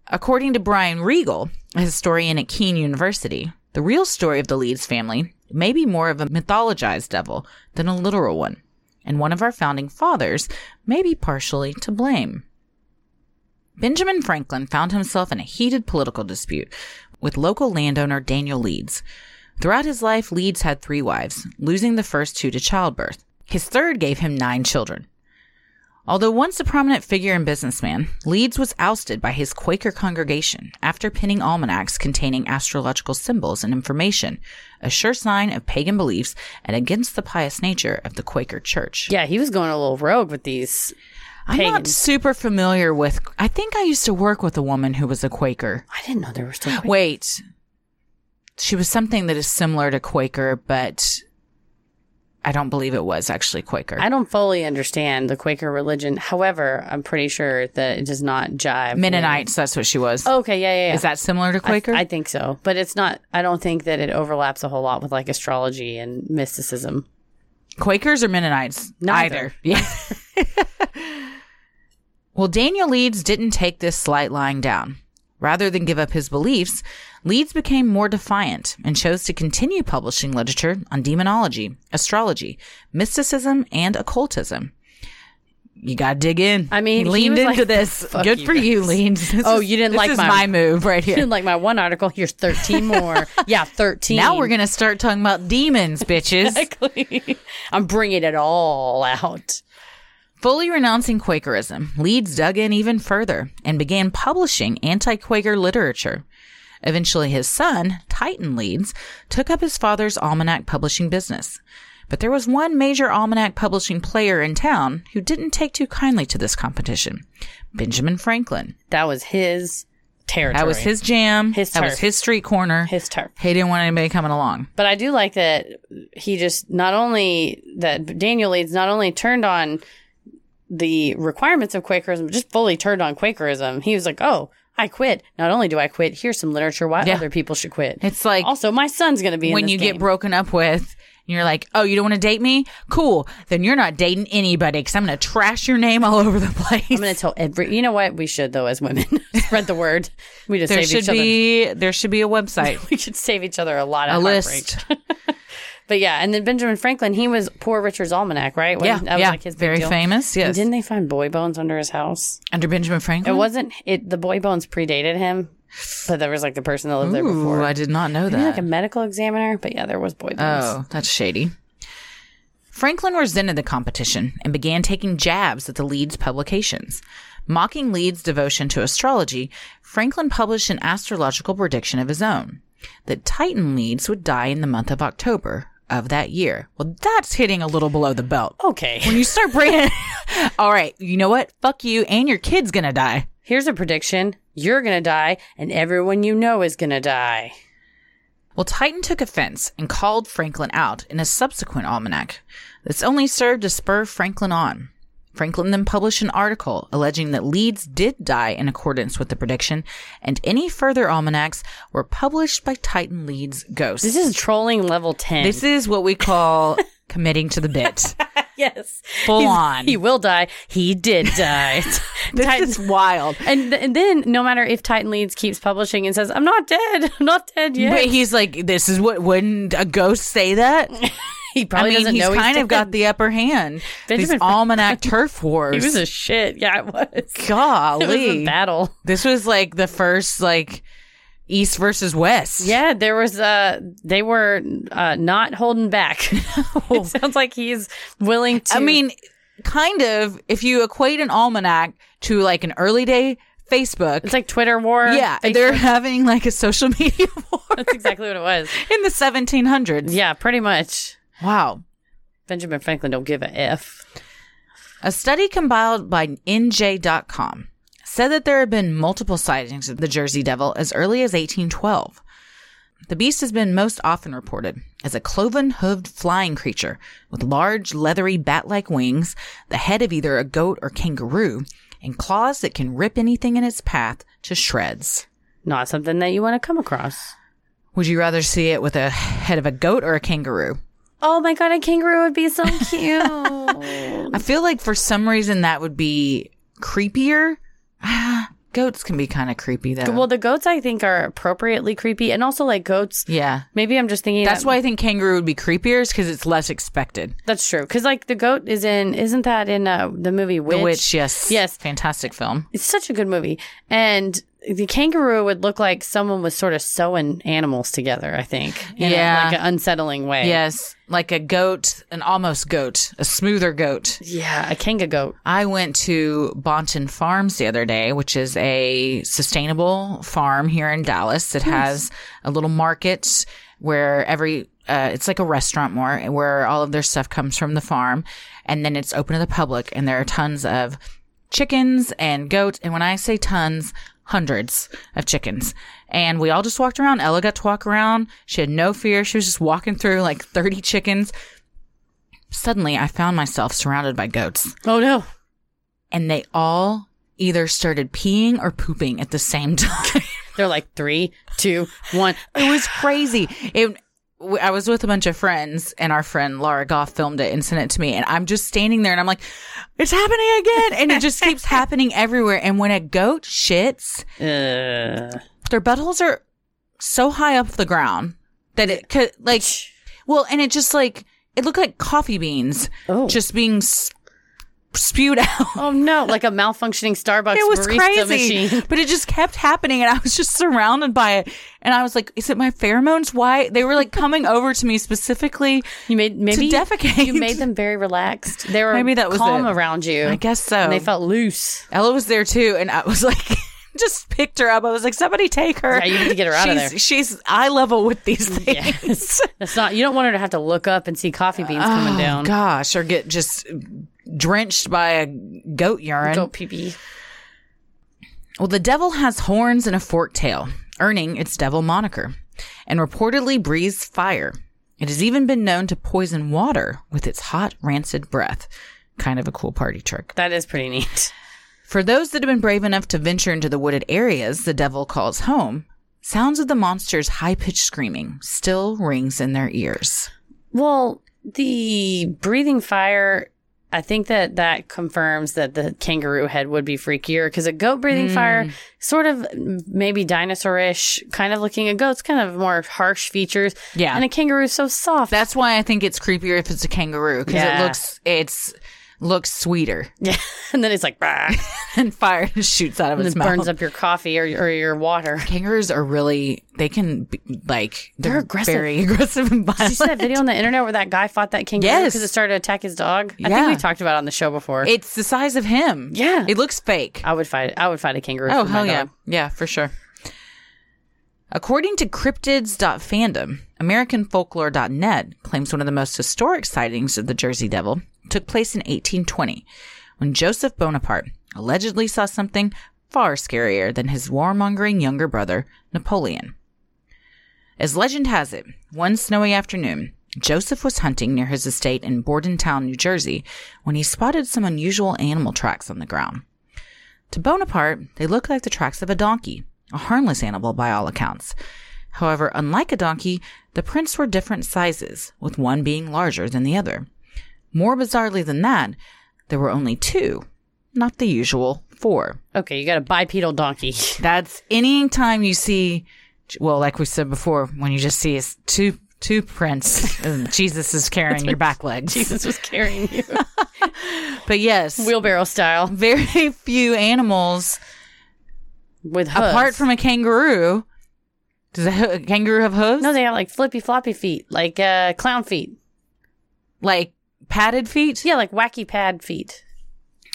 Speaker 3: According to Brian Regal, a historian at Keene University, the real story of the Leeds family may be more of a mythologized devil than a literal one, and one of our founding fathers may be partially to blame. Benjamin Franklin found himself in a heated political dispute with local landowner Daniel Leeds. Throughout his life, Leeds had three wives, losing the first two to childbirth. His third gave him nine children. Although once a prominent figure and businessman, Leeds was ousted by his Quaker congregation after pinning almanacs containing astrological symbols and information, a sure sign of pagan beliefs and against the pious nature of the Quaker church.
Speaker 1: yeah, he was going a little rogue with these.
Speaker 3: I'm not
Speaker 1: pagan.
Speaker 3: super familiar with. I think I used to work with a woman who was a Quaker.
Speaker 1: I didn't know there were still
Speaker 3: Wait, she was something that is similar to Quaker, but I don't believe it was actually Quaker.
Speaker 1: I don't fully understand the Quaker religion. However, I'm pretty sure that it does not jive.
Speaker 3: Mennonites, that's what she was.
Speaker 1: with- Okay, yeah, Oh, yeah, yeah.
Speaker 3: Is that similar to
Speaker 1: I th-
Speaker 3: Quaker?
Speaker 1: I, think so, but it's not. I don't think that it overlaps a whole lot with like astrology and mysticism.
Speaker 3: Quakers or Mennonites?
Speaker 1: Neither.
Speaker 3: Either. Yeah. well, Daniel Leeds didn't take this slight lying down. Rather than give up his beliefs, Leeds became more defiant and chose to continue publishing literature on demonology, astrology, mysticism, and occultism. You gotta dig in.
Speaker 1: I mean,
Speaker 3: he
Speaker 1: he
Speaker 3: leaned
Speaker 1: was
Speaker 3: into
Speaker 1: like,
Speaker 3: this.
Speaker 1: "Fuck
Speaker 3: Good
Speaker 1: you
Speaker 3: for you,
Speaker 1: guys."
Speaker 3: Leeds. This
Speaker 1: Oh,
Speaker 3: is-
Speaker 1: you didn't
Speaker 3: this
Speaker 1: like
Speaker 3: is
Speaker 1: my-
Speaker 3: my move right here.
Speaker 1: like my one article, here's 13 more. yeah, 13.
Speaker 3: Now we're gonna start talking about demons, bitches.
Speaker 1: exactly. I'm bringing it all out.
Speaker 3: Fully renouncing Quakerism, Leeds dug in even further and began publishing anti Quaker literature. Eventually, his son, Titan Leeds, took up his father's almanac publishing business. But there was one major almanac publishing player in town who didn't take too kindly to this competition Benjamin Franklin.
Speaker 1: That was his territory.
Speaker 3: That was his jam,
Speaker 1: His
Speaker 3: that was
Speaker 1: turf.
Speaker 3: his street corner.
Speaker 1: his turf.
Speaker 3: he didn't want anybody coming along.
Speaker 1: But I do like that he just not only that Daniel Leeds not only turned on the requirements of Quakerism, but just fully turned on Quakerism. He was like, "Oh, I quit. Not only do I quit, here's some literature why
Speaker 3: Yeah.
Speaker 1: other people should quit.
Speaker 3: It's like
Speaker 1: also, my son's going to be in
Speaker 3: when
Speaker 1: this
Speaker 3: you
Speaker 1: game.
Speaker 3: get broken up with and you're like, oh, you don't want to date me? Cool. Then you're not dating anybody because I'm going to trash your name all over the place.
Speaker 1: I'm going to tell every. You know what? We should though, as women, spread the word. We just
Speaker 3: there
Speaker 1: save
Speaker 3: should
Speaker 1: each other.
Speaker 3: be there should be a website,
Speaker 1: we should save each other a lot of
Speaker 3: a
Speaker 1: heartbreak.
Speaker 3: list.
Speaker 1: But yeah, and then Benjamin Franklin, he was Poor Richard's Almanac, right? When
Speaker 3: yeah,
Speaker 1: that was
Speaker 3: yeah.
Speaker 1: like his big
Speaker 3: very
Speaker 1: deal.
Speaker 3: famous.
Speaker 1: And
Speaker 3: Yes,
Speaker 1: didn't they find boy bones under his house?
Speaker 3: under Benjamin Franklin.
Speaker 1: It wasn't it. The boy bones predated him, but there was like the person that lived there
Speaker 3: Ooh,
Speaker 1: before,
Speaker 3: I did not know
Speaker 1: Maybe, like
Speaker 3: that.
Speaker 1: a medical examiner. But yeah, there was boy bones.
Speaker 3: Oh, that's shady. Franklin resented the competition and began taking jabs at the Leeds publications. Mocking Leeds' devotion to astrology, Franklin published an astrological prediction of his own that Titan Leeds would die in the month of October of that year. Well, that's hitting a little below the belt.
Speaker 1: Okay,
Speaker 3: When you start bringing, all right, you know what? Fuck you, and your kid's gonna die.
Speaker 1: here's a prediction: you're gonna die, and everyone you know is gonna die.
Speaker 3: Well, Titan took offense and called Franklin out in a subsequent almanac. This only served to spur Franklin on. Franklin then published an article alleging that Leeds did die in accordance with the prediction, and any further almanacs were published by Titan Leeds Ghost.
Speaker 1: This is trolling level ten.
Speaker 3: This is what we call committing to the bit.
Speaker 1: yes.
Speaker 3: Full
Speaker 1: He's-
Speaker 3: on.
Speaker 1: He will die. He did die.
Speaker 3: This is wild.
Speaker 1: and, th- and then, no matter if Titan Leads keeps publishing and says, I'm not dead. I'm not dead yet.
Speaker 3: But he's like, this is what wouldn't a ghost say that?
Speaker 1: he
Speaker 3: I
Speaker 1: probably
Speaker 3: mean,
Speaker 1: doesn't
Speaker 3: he's
Speaker 1: know
Speaker 3: kind
Speaker 1: he's
Speaker 3: of got
Speaker 1: dead.
Speaker 3: the upper hand. These
Speaker 1: Benjamin-
Speaker 3: almanac turf wars.
Speaker 1: He was a shit. Yeah, it was. It was
Speaker 3: golly.
Speaker 1: a battle.
Speaker 3: this was like the first like East versus West.
Speaker 1: Yeah, there was uh they were uh not holding back. it sounds like he's willing to
Speaker 3: I mean, kind of. If you equate an almanac to like an early day Facebook,
Speaker 1: it's like Twitter war.
Speaker 3: yeah,
Speaker 1: Facebook.
Speaker 3: they're having like a social media war
Speaker 1: that's exactly what it was.
Speaker 3: in the 1700s.
Speaker 1: Yeah, pretty much.
Speaker 3: Wow.
Speaker 1: Benjamin Franklin don't give a f.
Speaker 3: A study compiled by NJ.com said that there have been multiple sightings of the Jersey Devil as early as 1812. The beast has been most often reported as a cloven hooved flying creature with large, leathery, bat like wings, the head of either a goat or kangaroo, and claws that can rip anything in its path to shreds.
Speaker 1: Not something that you want to come across.
Speaker 3: Would you rather see it with a head of a goat or a kangaroo?
Speaker 1: Oh my god, a kangaroo would be so cute.
Speaker 3: I feel like for some reason that would be creepier. Ah, Goats can be kind of creepy though.
Speaker 1: well, the goats I think are appropriately creepy and also like goats
Speaker 3: Yeah.
Speaker 1: maybe I'm just thinking
Speaker 3: That's
Speaker 1: that-
Speaker 3: why I think kangaroo would be creepier is because it's less expected.
Speaker 1: that's true. Because like the goat is in isn't that in uh, the movie Witch?
Speaker 3: The Witch, yes.
Speaker 1: Yes.
Speaker 3: Fantastic film.
Speaker 1: it's such a good movie. And the kangaroo would look like someone was sort of sewing animals together, I think. In a-
Speaker 3: Yeah.
Speaker 1: like an unsettling way.
Speaker 3: Yes. Like a goat, an almost goat, a smoother goat.
Speaker 1: Yeah, a kanga goat.
Speaker 3: I went to Bonton Farms the other day, which is a sustainable farm here in Dallas that has a little market where every uh, it's like a restaurant more where all of their stuff comes from the farm and then it's open to the public and there are tons of chickens and goats and when I say tons hundreds of chickens and we all just walked around Ella got to walk around she had no fear she was just walking through like 30 chickens suddenly I found myself surrounded by goats
Speaker 1: Oh no.
Speaker 3: and they all either started peeing or pooping at the same time.
Speaker 1: They're like three, two, one.
Speaker 3: it was crazy. It, w- I was with a bunch of friends, and our friend Laura Goff filmed it and sent it to me. And I'm just standing there, and I'm like, "It's happening again!" And it just keeps happening everywhere. And when a goat shits,
Speaker 1: Uh,
Speaker 3: their buttholes are so high up the ground that it could like, well, and it just like it looked like coffee beans
Speaker 1: Oh.
Speaker 3: just being s- spewed out.
Speaker 1: oh no. Like a malfunctioning Starbucks
Speaker 3: it was
Speaker 1: barista
Speaker 3: crazy
Speaker 1: machine.
Speaker 3: but it just kept happening and i was just surrounded by it and i was like is it my pheromones why they were like coming over to me specifically
Speaker 1: You made maybe
Speaker 3: defecate.
Speaker 1: you made them very relaxed. They were
Speaker 3: Maybe that was
Speaker 1: calm
Speaker 3: it.
Speaker 1: around you.
Speaker 3: i guess so
Speaker 1: And they felt loose.
Speaker 3: ella was there too and i was like just picked her up i was like somebody take her
Speaker 1: Yeah, you need to get her out of
Speaker 3: she's,
Speaker 1: there.
Speaker 3: she's eye level with these things
Speaker 1: Yes. That's not you don't want her to have to look up and see coffee beans coming
Speaker 3: Oh,
Speaker 1: down.
Speaker 3: gosh or get just drenched by a goat urine
Speaker 1: Goat pee pee.
Speaker 3: Well, the devil has horns and a forked tail, earning its devil moniker, and reportedly breathes fire. It has even been known to poison water with its hot, rancid breath. Kind of a cool party trick.
Speaker 1: That is pretty neat.
Speaker 3: For those that have been brave enough to venture into the wooded areas the devil calls home, sounds of the monster's high pitched screaming still rings in their ears.
Speaker 1: Well, the breathing fire, I think that that confirms that the kangaroo head would be freakier because a goat breathing
Speaker 3: Hmm.
Speaker 1: fire, sort of mm, maybe dinosaur-ish kind of looking. A goat's kind of more harsh features.
Speaker 3: Yeah.
Speaker 1: And a kangaroo's so soft.
Speaker 3: That's why I think it's creepier if it's a kangaroo, because
Speaker 1: Yeah.
Speaker 3: it looks, it's, looks sweeter.
Speaker 1: yeah. and then it's like, "Bah,"
Speaker 3: and fire shoots out of
Speaker 1: and
Speaker 3: its
Speaker 1: it
Speaker 3: mouth.
Speaker 1: burns up your coffee or, or your water.
Speaker 3: kangaroos are really they can be, like they're,
Speaker 1: They're aggressive.
Speaker 3: very aggressive and
Speaker 1: Did
Speaker 3: violent.
Speaker 1: you see that video on the internet where that guy fought that kangaroo
Speaker 3: Yes.
Speaker 1: because it started to attack his dog? I
Speaker 3: Yeah.
Speaker 1: think we talked about it on the show before.
Speaker 3: It's the size of him.
Speaker 1: Yeah.
Speaker 3: it looks fake.
Speaker 1: I would fight. I would fight a kangaroo.
Speaker 3: oh
Speaker 1: for my
Speaker 3: hell yeah,
Speaker 1: dog.
Speaker 3: yeah for sure. According to cryptids.fandom, AmericanFolklore.net claims one of the most historic sightings of the Jersey Devil took place in 1820 when Joseph Bonaparte allegedly saw something far scarier than his warmongering younger brother, Napoleon. As legend has it, one snowy afternoon, Joseph was hunting near his estate in Bordentown, New Jersey, when he spotted some unusual animal tracks on the ground. To Bonaparte, they looked like the tracks of a donkey, a harmless animal by all accounts. However, unlike a donkey, the prints were different sizes, with one being larger than the other. More bizarrely than that, there were only two, not the usual four.
Speaker 1: Okay, you got a bipedal donkey.
Speaker 3: That's any time you see, well, like we said before, when you just see is two two prints, and Jesus is carrying your back legs.
Speaker 1: Jesus was carrying you
Speaker 3: But yes,
Speaker 1: wheelbarrow style
Speaker 3: very few animals,
Speaker 1: with hooves.
Speaker 3: apart from a kangaroo. Does a, hoo- a kangaroo have hooves?
Speaker 1: no, they have like flippy floppy feet, like uh, clown feet.
Speaker 3: like padded feet.
Speaker 1: Yeah, like wacky pad feet.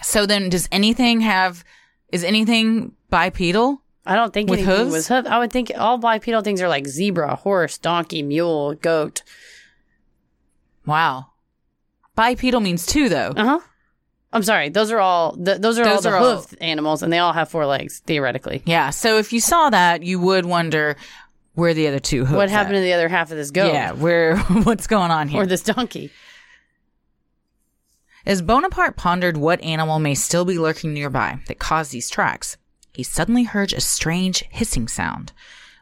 Speaker 3: So then, does anything have? Is anything bipedal?
Speaker 1: I don't think
Speaker 3: With
Speaker 1: anything
Speaker 3: hooves?
Speaker 1: was hoof. I would think all bipedal things are like zebra, horse, donkey, mule, goat.
Speaker 3: Wow. Bipedal means two, though.
Speaker 1: Uh huh. I'm sorry. Those are all. Th- those are all
Speaker 3: Those
Speaker 1: the
Speaker 3: are all-
Speaker 1: hoofed animals, and they all have four legs theoretically.
Speaker 3: Yeah. So if you saw that, you would wonder where the other two hooves.
Speaker 1: what happened to the other half of this
Speaker 3: At.
Speaker 1: goat
Speaker 3: Yeah. Where? What's going on here?
Speaker 1: or this donkey?
Speaker 3: As Bonaparte pondered what animal may still be lurking nearby that caused these tracks, he suddenly heard a strange hissing sound.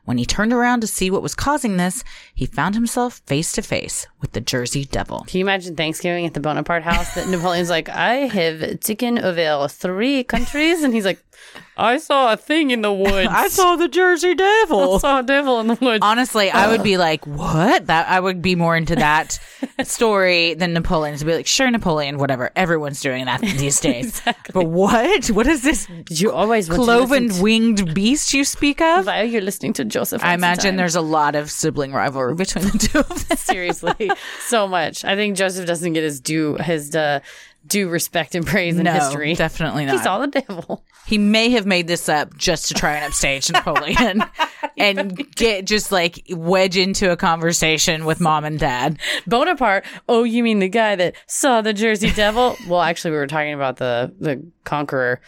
Speaker 3: When he turned around to see what was causing this, he found himself face to face with the Jersey Devil.
Speaker 1: Can you imagine Thanksgiving at the Bonaparte house that Napoleon's like, I have taken over three countries? And he's like, I saw a thing in the woods.
Speaker 3: the Jersey
Speaker 1: I
Speaker 3: Devil.
Speaker 1: saw a devil in the woods.
Speaker 3: Honestly, I would be like, "What?" That I would be more into that story than Napoleon. To be like, "Sure, Napoleon, whatever. Everyone's doing that these days." But what? What is this
Speaker 1: Did you always want
Speaker 3: cloven
Speaker 1: to listen
Speaker 3: winged beast you speak of?
Speaker 1: to- Why are you listening to Joseph?
Speaker 3: I imagine
Speaker 1: Constantine?
Speaker 3: there's a lot of sibling rivalry between the two of them.
Speaker 1: seriously so much. I think Joseph doesn't get his due his uh, due respect and praise in
Speaker 3: No,
Speaker 1: history.
Speaker 3: definitely not.
Speaker 1: He saw the devil.
Speaker 3: he may have made this up just to try and upstage Napoleon and get just like wedge into a conversation with mom and dad.
Speaker 1: Bonaparte. Oh, you mean the guy that saw the Jersey Devil? well, actually, we were talking about the the conqueror.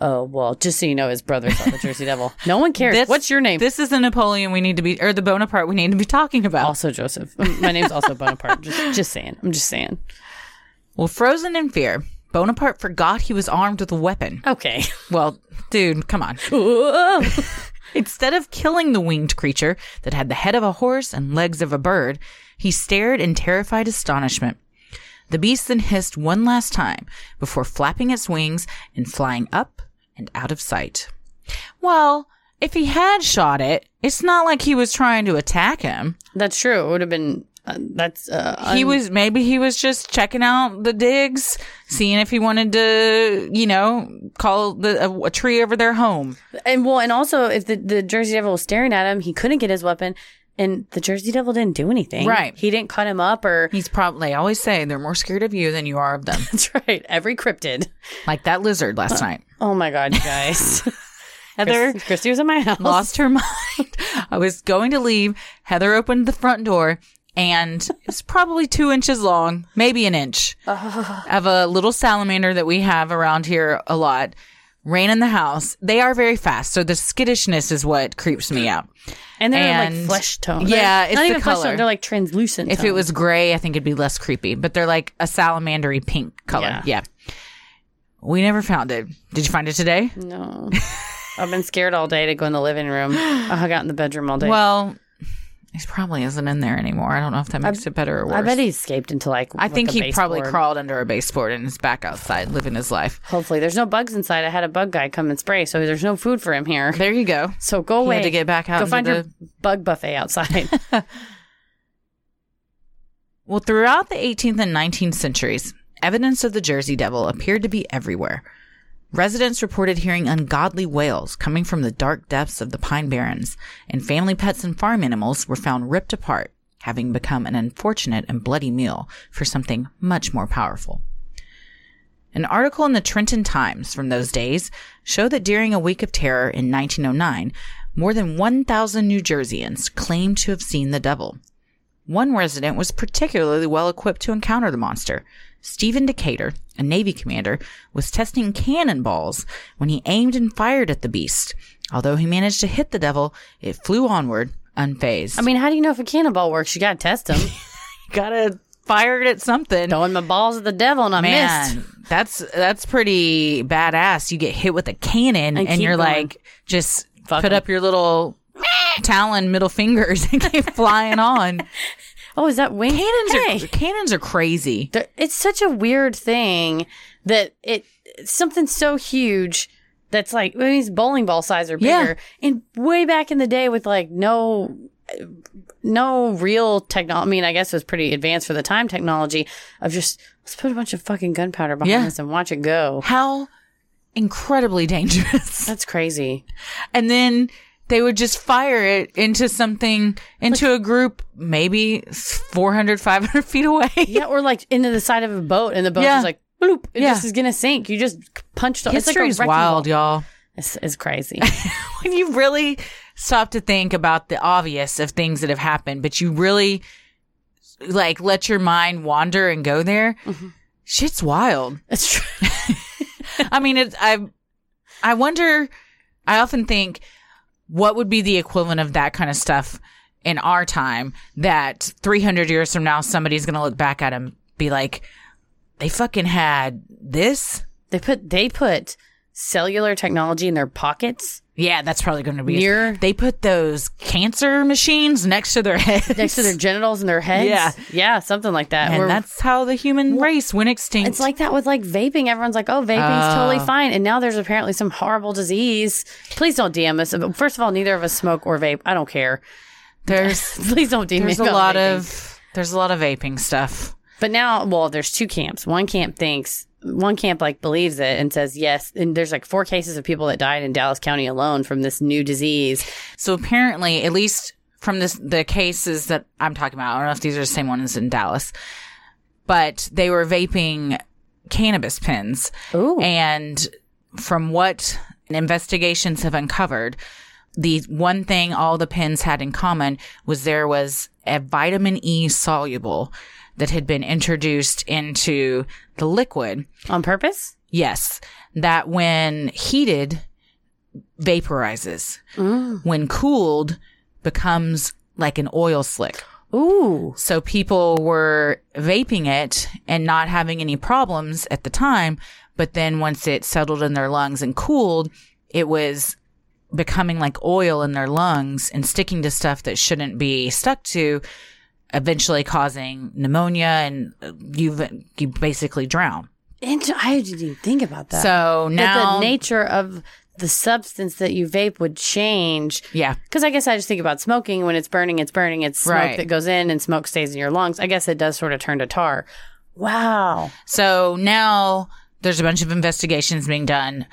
Speaker 1: Oh well, just so you know, his brother saw the Jersey Devil. No one cares.
Speaker 3: This-
Speaker 1: What's your name?
Speaker 3: This is the Napoleon we need to be, or the Bonaparte we need to be talking about.
Speaker 1: also Joseph. My name's also Bonaparte. Just, just saying. I'm just saying.
Speaker 3: Well, frozen in fear, Bonaparte forgot he was armed with a weapon.
Speaker 1: Okay.
Speaker 3: Well, dude, come on. Instead of killing the winged creature that had the head of a horse and legs of a bird, he stared in terrified astonishment. The beast then hissed one last time before flapping its wings and flying up and out of sight. Well, if he had shot it, it's not like he was trying to attack him.
Speaker 1: That's true. It would have been. Uh, that's uh,
Speaker 3: He was maybe he was just checking out the digs, seeing if he wanted to, you know, call the a, a tree over their home.
Speaker 1: And well, and also if the, the Jersey Devil was staring at him, he couldn't get his weapon, and the Jersey Devil didn't do anything.
Speaker 3: Right.
Speaker 1: He didn't cut him up or.
Speaker 3: He's probably I always say they're more scared of you than you are of them.
Speaker 1: That's right. Every cryptid.
Speaker 3: like that lizard last night.
Speaker 1: Oh my God, you guys.
Speaker 3: Heather
Speaker 1: Chris- Christy was in my house.
Speaker 3: lost her mind. I was going to leave. Heather opened the front door and it's probably two inches long, maybe an inch of a little salamander that we have around here a lot. Ran in the house. They are very fast, so the skittishness is what creeps me out.
Speaker 1: And they're like
Speaker 3: and-
Speaker 1: flesh tone.
Speaker 3: Yeah,
Speaker 1: They're
Speaker 3: it's
Speaker 1: not
Speaker 3: the
Speaker 1: even flesh tone.
Speaker 3: color.
Speaker 1: They're like translucent.
Speaker 3: If it was gray, I think it'd be less creepy, but they're like a salamandery pink color.
Speaker 1: Yeah.
Speaker 3: Yeah. We never found it. Did you find it today?
Speaker 1: no, I've been scared all day to go in the living room. I hung out in the bedroom all day.
Speaker 3: Well, it probably isn't in there anymore. I don't know if that makes it better or worse.
Speaker 1: I bet he escaped into like.
Speaker 3: I
Speaker 1: like
Speaker 3: think
Speaker 1: a
Speaker 3: he probably
Speaker 1: baseboard.
Speaker 3: crawled under a baseboard and is back outside living his life.
Speaker 1: Hopefully, there's no bugs inside. I had a bug guy come and spray, so there's no food for him here.
Speaker 3: There you go.
Speaker 1: So go
Speaker 3: He
Speaker 1: away
Speaker 3: had to get back out
Speaker 1: Go
Speaker 3: into
Speaker 1: find your
Speaker 3: the-
Speaker 1: bug buffet outside.
Speaker 3: Well, throughout the 18th and 19th centuries, evidence of the Jersey Devil appeared to be everywhere. Residents reported hearing ungodly wails coming from the dark depths of the Pine Barrens, and family pets and farm animals were found ripped apart, having become an unfortunate and bloody meal for something much more powerful. An article in the Trenton Times from those days showed that during a week of terror in 1909, more than 1,000 New Jerseyans claimed to have seen the devil. One resident was particularly well equipped to encounter the monster. Stephen Decatur, a Navy commander, was testing cannonballs when he aimed and fired at the beast. Although he managed to hit the devil, it flew onward, unfazed.
Speaker 1: I mean, how do you know if a cannonball works? You gotta test them.
Speaker 3: gotta fire it at something.
Speaker 1: Throwing my balls at the devil and I
Speaker 3: Man,
Speaker 1: missed.
Speaker 3: that's that's pretty badass. You get hit with a cannon
Speaker 1: And
Speaker 3: and,
Speaker 1: keep
Speaker 3: you're
Speaker 1: going.
Speaker 3: like just
Speaker 1: Fuck
Speaker 3: put
Speaker 1: 'em.
Speaker 3: up your little talon middle fingers and keep flying on.
Speaker 1: Oh, is that wing?
Speaker 3: Cannons
Speaker 1: Hey.
Speaker 3: are cannons are crazy.
Speaker 1: There- it's such a weird thing that it it's something so huge that's like I mean, these bowling ball size are
Speaker 3: Yeah.
Speaker 1: bigger. And way back in the day, with like no no real technology. I mean, I guess it was pretty advanced for the time technology of just let's put a bunch of fucking gunpowder behind
Speaker 3: Yeah.
Speaker 1: us and watch it go.
Speaker 3: How incredibly dangerous.
Speaker 1: That's crazy.
Speaker 3: and then they would just fire it into something into a group maybe 400 500 feet away
Speaker 1: Yeah, or like into the side of a boat, and the boat
Speaker 3: Yeah.
Speaker 1: is like bloop. It
Speaker 3: Yeah.
Speaker 1: just is gonna sink. You just punched. It's like a
Speaker 3: history's
Speaker 1: wrecking
Speaker 3: wild
Speaker 1: ball.
Speaker 3: y'all
Speaker 1: It's, it's crazy.
Speaker 3: when you really stop to think about the obvious of things that have happened but you really like let your mind wander and go there
Speaker 1: Mm-hmm.
Speaker 3: shit's wild
Speaker 1: it's true.
Speaker 3: I mean, it's, I, I wonder. I often think, what would be the equivalent of that kind of stuff in our time? That 300 years from now, somebody's going to look back at him, be like, "They fucking had this."
Speaker 1: They put they put cellular technology in their pockets
Speaker 3: Yeah, that's probably going to be.
Speaker 1: Near-
Speaker 3: They put those cancer machines next to their heads,
Speaker 1: next to their genitals and their heads.
Speaker 3: Yeah.
Speaker 1: yeah, something like that.
Speaker 3: and
Speaker 1: Or-
Speaker 3: that's how the human race went extinct.
Speaker 1: it's like that with like vaping. Everyone's like, "Oh, vaping's totally fine," and now there's apparently some horrible disease. Please don't DM us. First of all, neither of us smoke or vape. I don't care.
Speaker 3: there's
Speaker 1: Please don't DM
Speaker 3: there's a
Speaker 1: me about
Speaker 3: lot
Speaker 1: vaping.
Speaker 3: of there's a lot of vaping stuff.
Speaker 1: But now, well, there's two camps. One camp thinks, one camp like believes it and says yes. And there's like four cases of people that died in Dallas County alone from this new disease.
Speaker 3: So apparently, at least from this, the cases that I'm talking about, I don't know if these are the same ones in Dallas, but they were vaping cannabis pens.
Speaker 1: Ooh.
Speaker 3: And from what investigations have uncovered, the one thing all the pens had in common was there was a vitamin E soluble that had been introduced into the liquid.
Speaker 1: On purpose?
Speaker 3: Yes, that when heated, vaporizes.
Speaker 1: Mm.
Speaker 3: When cooled, becomes like an oil slick.
Speaker 1: Ooh.
Speaker 3: So people were vaping it and not having any problems at the time. But then once it settled in their lungs and cooled, it was becoming like oil in their lungs and sticking to stuff that shouldn't be stuck to, eventually causing pneumonia and uh, you you basically drown.
Speaker 1: Inter- I didn't even think about that.
Speaker 3: So
Speaker 1: that
Speaker 3: now
Speaker 1: the nature of the substance that you vape would change.
Speaker 3: Yeah.
Speaker 1: Because I guess I just think about smoking. When it's burning, it's burning. It's smoke
Speaker 3: Right.
Speaker 1: that goes in and smoke stays in your lungs. I guess it does sort of turn to tar. Wow.
Speaker 3: So now there's a bunch of investigations being done.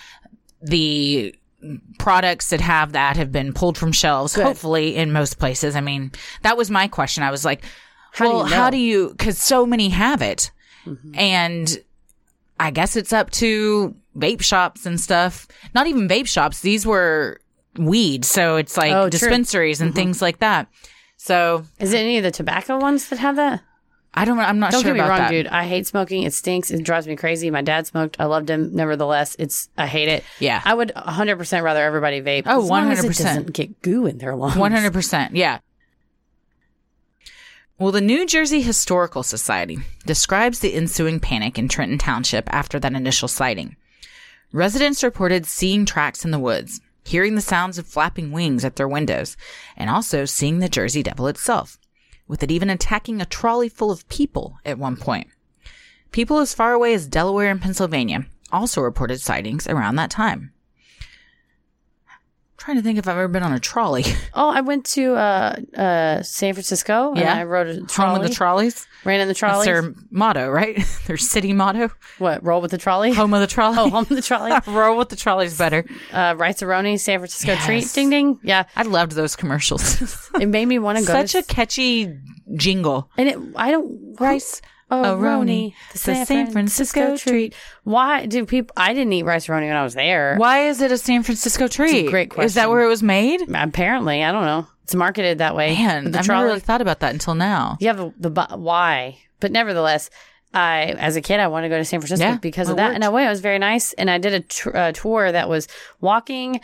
Speaker 3: The products that have that have been pulled from shelves, hopefully, in most places. I mean, that was my question. I was like,
Speaker 1: How do
Speaker 3: well,
Speaker 1: you know? Mm-hmm.
Speaker 3: how do you, because so many have it. And I guess it's up to vape shops and stuff. Not even vape shops, these were weed. So it's like
Speaker 1: Oh, true.
Speaker 3: dispensaries and things like that. So
Speaker 1: Is it any of the tobacco ones that have that?
Speaker 3: I don't, I'm not
Speaker 1: Don't
Speaker 3: sure
Speaker 1: get me
Speaker 3: about
Speaker 1: wrong,
Speaker 3: that.
Speaker 1: dude. I hate smoking. It stinks. It drives me crazy. My dad smoked. I loved him. Nevertheless, it's I hate it.
Speaker 3: Yeah.
Speaker 1: I would 100% rather everybody vape.
Speaker 3: Oh,
Speaker 1: as long as it
Speaker 3: 100%.
Speaker 1: doesn't get goo in their lungs.
Speaker 3: One hundred percent, yeah. Well, the New Jersey Historical Society describes the ensuing panic in Trenton Township after that initial sighting. Residents reported seeing tracks in the woods, hearing the sounds of flapping wings at their windows, and also seeing the Jersey Devil itself, with it even attacking a trolley full of people at one point. People as far away as Delaware and Pennsylvania also reported sightings around that time. trying to think if I've ever been on a trolley.
Speaker 1: Oh, I went to uh, uh, San Francisco and
Speaker 3: Yeah.
Speaker 1: I rode a
Speaker 3: Home
Speaker 1: trolley.
Speaker 3: with the trolleys.
Speaker 1: ran in the
Speaker 3: That's
Speaker 1: trolley.
Speaker 3: their motto, right? their city motto.
Speaker 1: What? Roll with the trolley?
Speaker 3: Home of the trolley.
Speaker 1: Oh, home with the trolley.
Speaker 3: Roll with the trolley's better.
Speaker 1: Uh, Rice-A-Roni, San Francisco
Speaker 3: Yes.
Speaker 1: treat. Ding, ding. Yeah.
Speaker 3: I loved those commercials.
Speaker 1: It made me want to go
Speaker 3: Such
Speaker 1: to
Speaker 3: a catchy jingle.
Speaker 1: And it, I don't
Speaker 3: Rice
Speaker 1: Oh, Roni,
Speaker 3: Aroni, the San Francisco treat.
Speaker 1: Why do people? I didn't eat rice roni when I was there.
Speaker 3: Why is it a San Francisco treat?
Speaker 1: great
Speaker 3: Is that
Speaker 1: question.
Speaker 3: where it was made?
Speaker 1: Apparently, I don't know. It's marketed that way. But
Speaker 3: Man,
Speaker 1: the
Speaker 3: I've
Speaker 1: trolley.
Speaker 3: never really thought about that until now.
Speaker 1: you have the, the bu- why, but nevertheless, I as a kid I wanted to go to San Francisco
Speaker 3: Yeah,
Speaker 1: because
Speaker 3: it
Speaker 1: of that,
Speaker 3: worked.
Speaker 1: and I went. It was very nice, and I did a tr- uh, tour that was walking,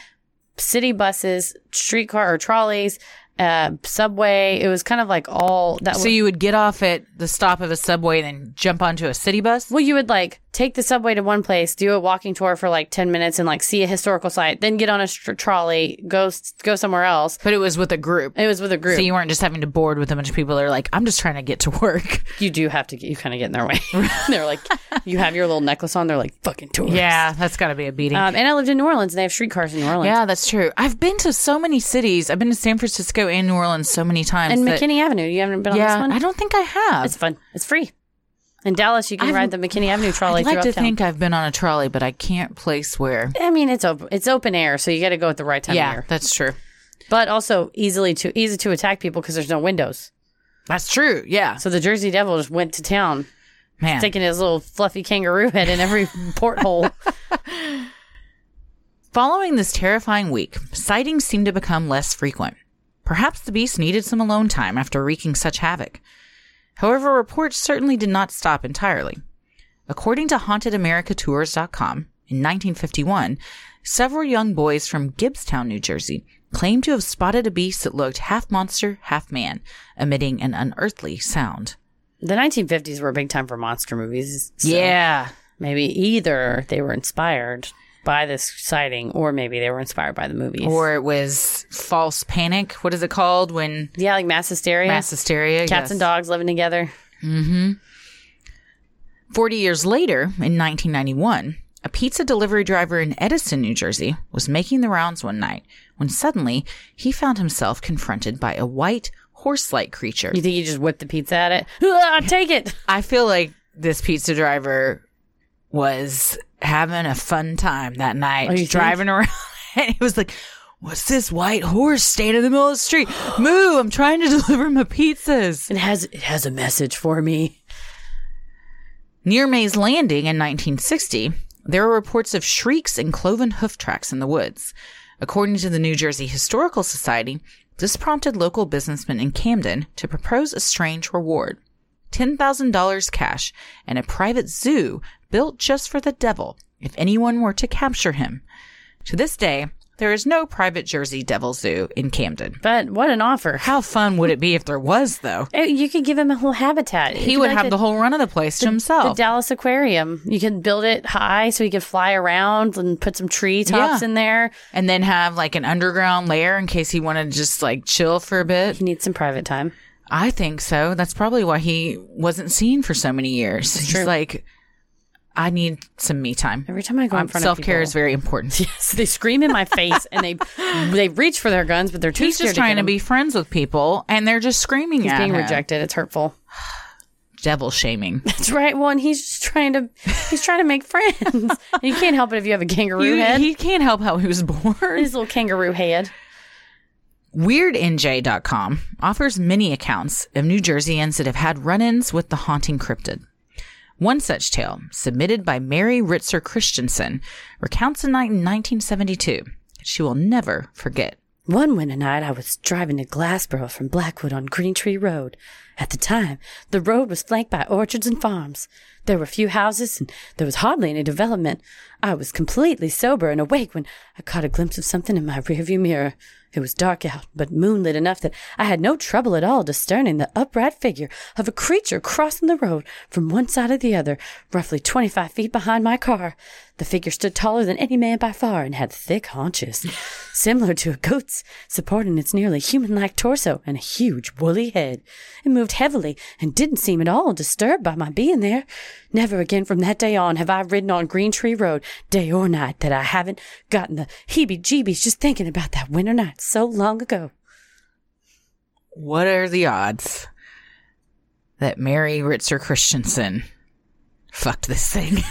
Speaker 1: city buses, streetcar or trolleys, uh, subway. It was kind of like all that.
Speaker 3: So
Speaker 1: was-
Speaker 3: you would get off at the stop of a subway and then jump onto a city bus.
Speaker 1: Well, you would like take the subway to one place, do a walking tour for like 10 minutes and like see a historical site, then get on a str- trolley, go s- go somewhere else.
Speaker 3: But it was with a group.
Speaker 1: It was with a group.
Speaker 3: So you weren't just having to board with a bunch of people that are like, I'm just trying to get to work.
Speaker 1: you do have to get, you kind of get in their way. they're like, you have your little necklace on. They're like, fucking tourists.
Speaker 3: Yeah, that's got to be a beating.
Speaker 1: Um, and I lived in New Orleans and they have streetcars in New Orleans.
Speaker 3: yeah, that's true. I've been to so many cities. I've been to San Francisco and New Orleans so many times.
Speaker 1: And
Speaker 3: that-
Speaker 1: McKinney Avenue. You haven't been on this
Speaker 3: Yeah,
Speaker 1: one?
Speaker 3: I don't think I have.
Speaker 1: It's fun. It's free. In Dallas, you can
Speaker 3: I've-
Speaker 1: ride the McKinney Avenue trolley
Speaker 3: I'd like
Speaker 1: through
Speaker 3: to
Speaker 1: uptown.
Speaker 3: think I've been on a trolley, but I can't place where.
Speaker 1: I mean, it's open. It's open air, so you got to go at the right time
Speaker 3: yeah,
Speaker 1: of year.
Speaker 3: that's true.
Speaker 1: But also easily to easy to attack people because there's no windows.
Speaker 3: That's true. Yeah,
Speaker 1: So the Jersey Devil just went to town,
Speaker 3: man.
Speaker 1: sticking his little fluffy kangaroo head in every porthole.
Speaker 3: Following this terrifying week, sightings seemed to become less frequent. Perhaps the beast needed some alone time after wreaking such havoc. However, reports certainly did not stop entirely. According to hauntedamericatours.com, in 1951, several young boys from Gibbstown, New Jersey, claimed to have spotted a beast that looked half monster, half man, emitting an unearthly sound.
Speaker 1: the 1950s were a big time for monster movies. so
Speaker 3: yeah.
Speaker 1: maybe either they were inspired by this sighting, or maybe they were inspired by the movies.
Speaker 3: Or it was false panic. What is it called when
Speaker 1: yeah, like mass hysteria,
Speaker 3: mass hysteria?
Speaker 1: cats
Speaker 3: yes.
Speaker 1: and dogs living together.
Speaker 3: 40 years later, in 1991, a pizza delivery driver in Edison, New Jersey, was making the rounds one night when suddenly he found himself confronted by a white, horse like creature.
Speaker 1: You think you just whip the pizza at it? Ah, take it.
Speaker 3: I feel like this pizza driver was having a fun time that night,
Speaker 1: Oh, you think?
Speaker 3: driving around. And he was like, What's this white horse standing in the middle of the street? Moo, I'm trying to deliver my pizzas.
Speaker 1: It has it has a message for me.
Speaker 3: Near May's Landing in 1960, there are reports of shrieks and cloven hoof tracks in the woods. According to the New Jersey Historical Society, this prompted local businessmen in Camden to propose a strange reward $10,000 cash and a private zoo built just for the devil if anyone were to capture him. To this day, there is no private Jersey Devil Zoo in Camden.
Speaker 1: But what an offer!
Speaker 3: How fun would it be if there was, though?
Speaker 1: Eh, You could give him a whole habitat. It
Speaker 3: He
Speaker 1: could
Speaker 3: would
Speaker 1: be
Speaker 3: have the, whole run of the place to
Speaker 1: the
Speaker 3: himself.
Speaker 1: Dallas Aquarium. You could build it high so he could fly around and put some tree tops
Speaker 3: Yeah.
Speaker 1: in there.
Speaker 3: and then have like an underground lair in case he wanted to just like chill for a bit.
Speaker 1: He needs some private time.
Speaker 3: I think so. That's probably why he wasn't seen for so many years. He's
Speaker 1: true.
Speaker 3: like, I need some me time.
Speaker 1: Every time I go in front
Speaker 3: Self
Speaker 1: of
Speaker 3: care is very important.
Speaker 1: so they scream in my face and they they reach for their guns, but they're too
Speaker 3: He's
Speaker 1: scared
Speaker 3: just trying to,
Speaker 1: get 'em.
Speaker 3: be friends with people, and they're just screaming
Speaker 1: He's
Speaker 3: at
Speaker 1: being
Speaker 3: him.
Speaker 1: rejected. It's hurtful.
Speaker 3: Devil shaming.
Speaker 1: That's right. Well, and he's just trying to he's trying to make friends. and you can't help it if you have a kangaroo
Speaker 3: You-
Speaker 1: head.
Speaker 3: he can't help how he was born.
Speaker 1: His little kangaroo head.
Speaker 3: WeirdNJ.com offers many accounts of New Jerseyans that have had run ins with the haunting cryptid. One such tale, submitted by Mary Ritzer Christensen, recounts a night in 1972 that she will never forget.
Speaker 1: One winter night, I was driving to Glassboro from Blackwood on Green Tree Road. At the time, the road was flanked by orchards and farms. There were few houses, and there was hardly any development. I was completely sober and awake when I caught a glimpse of something in my rearview mirror. It was dark out, but moonlit enough that I had no trouble at all discerning the upright figure of a creature crossing the road from one side to the other, roughly twenty-five feet behind my car. The figure stood taller than any man by far and had thick haunches, similar to a goat's, supporting its nearly human-like torso and a huge woolly head. It moved heavily and didn't seem at all disturbed by my being there. Never again from that day on have I ridden on Green Tree Road, day or night, that I haven't gotten the heebie-jeebies just thinking about that winter night so long ago.
Speaker 3: What are the odds that Mary Ritzer Christensen fucked this thing?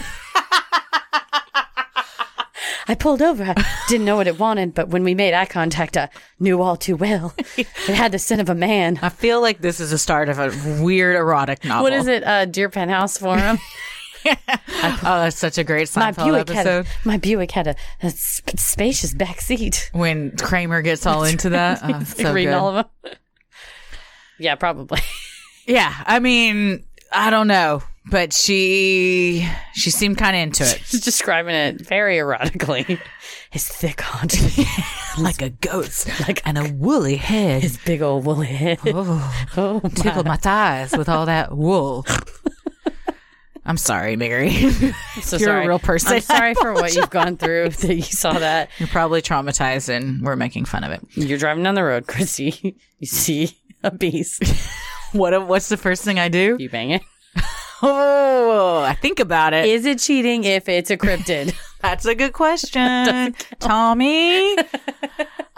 Speaker 1: I pulled over. I didn't know what it wanted, but when we made eye contact, I knew all too well. It had the scent of a man.
Speaker 3: I feel like this is the start of a weird erotic novel.
Speaker 1: What is it? Uh, Deer Penthouse Forum.
Speaker 3: Oh, that's such a great
Speaker 1: my
Speaker 3: Seinfeld
Speaker 1: Buick had a,
Speaker 3: episode.
Speaker 1: my Buick had a, a sp- spacious back seat.
Speaker 3: When Kramer gets all into that. Oh,
Speaker 1: It's
Speaker 3: it's
Speaker 1: like
Speaker 3: so
Speaker 1: reading
Speaker 3: good.
Speaker 1: all of them. yeah, probably.
Speaker 3: Yeah, I mean, I don't know, but she she seemed kind of into it,
Speaker 1: Just describing it very erotically. His thick haunches,
Speaker 3: like a ghost, like and a woolly head.
Speaker 1: his big old woolly head.
Speaker 3: Oh,
Speaker 1: Oh my!
Speaker 3: tickled my thighs with all that wool. I'm sorry, Mary.
Speaker 1: I'm so
Speaker 3: You're a
Speaker 1: sorry.
Speaker 3: real person.
Speaker 1: I'm sorry for what you've gone through that you saw that.
Speaker 3: You're probably traumatized and we're making fun of it.
Speaker 1: You're driving down the road, Christy. You see a beast.
Speaker 3: What what's the first thing I do?
Speaker 1: You bang it.
Speaker 3: Oh, I think about it.
Speaker 1: Is it cheating if it's a cryptid?
Speaker 3: That's a good question, Tommy.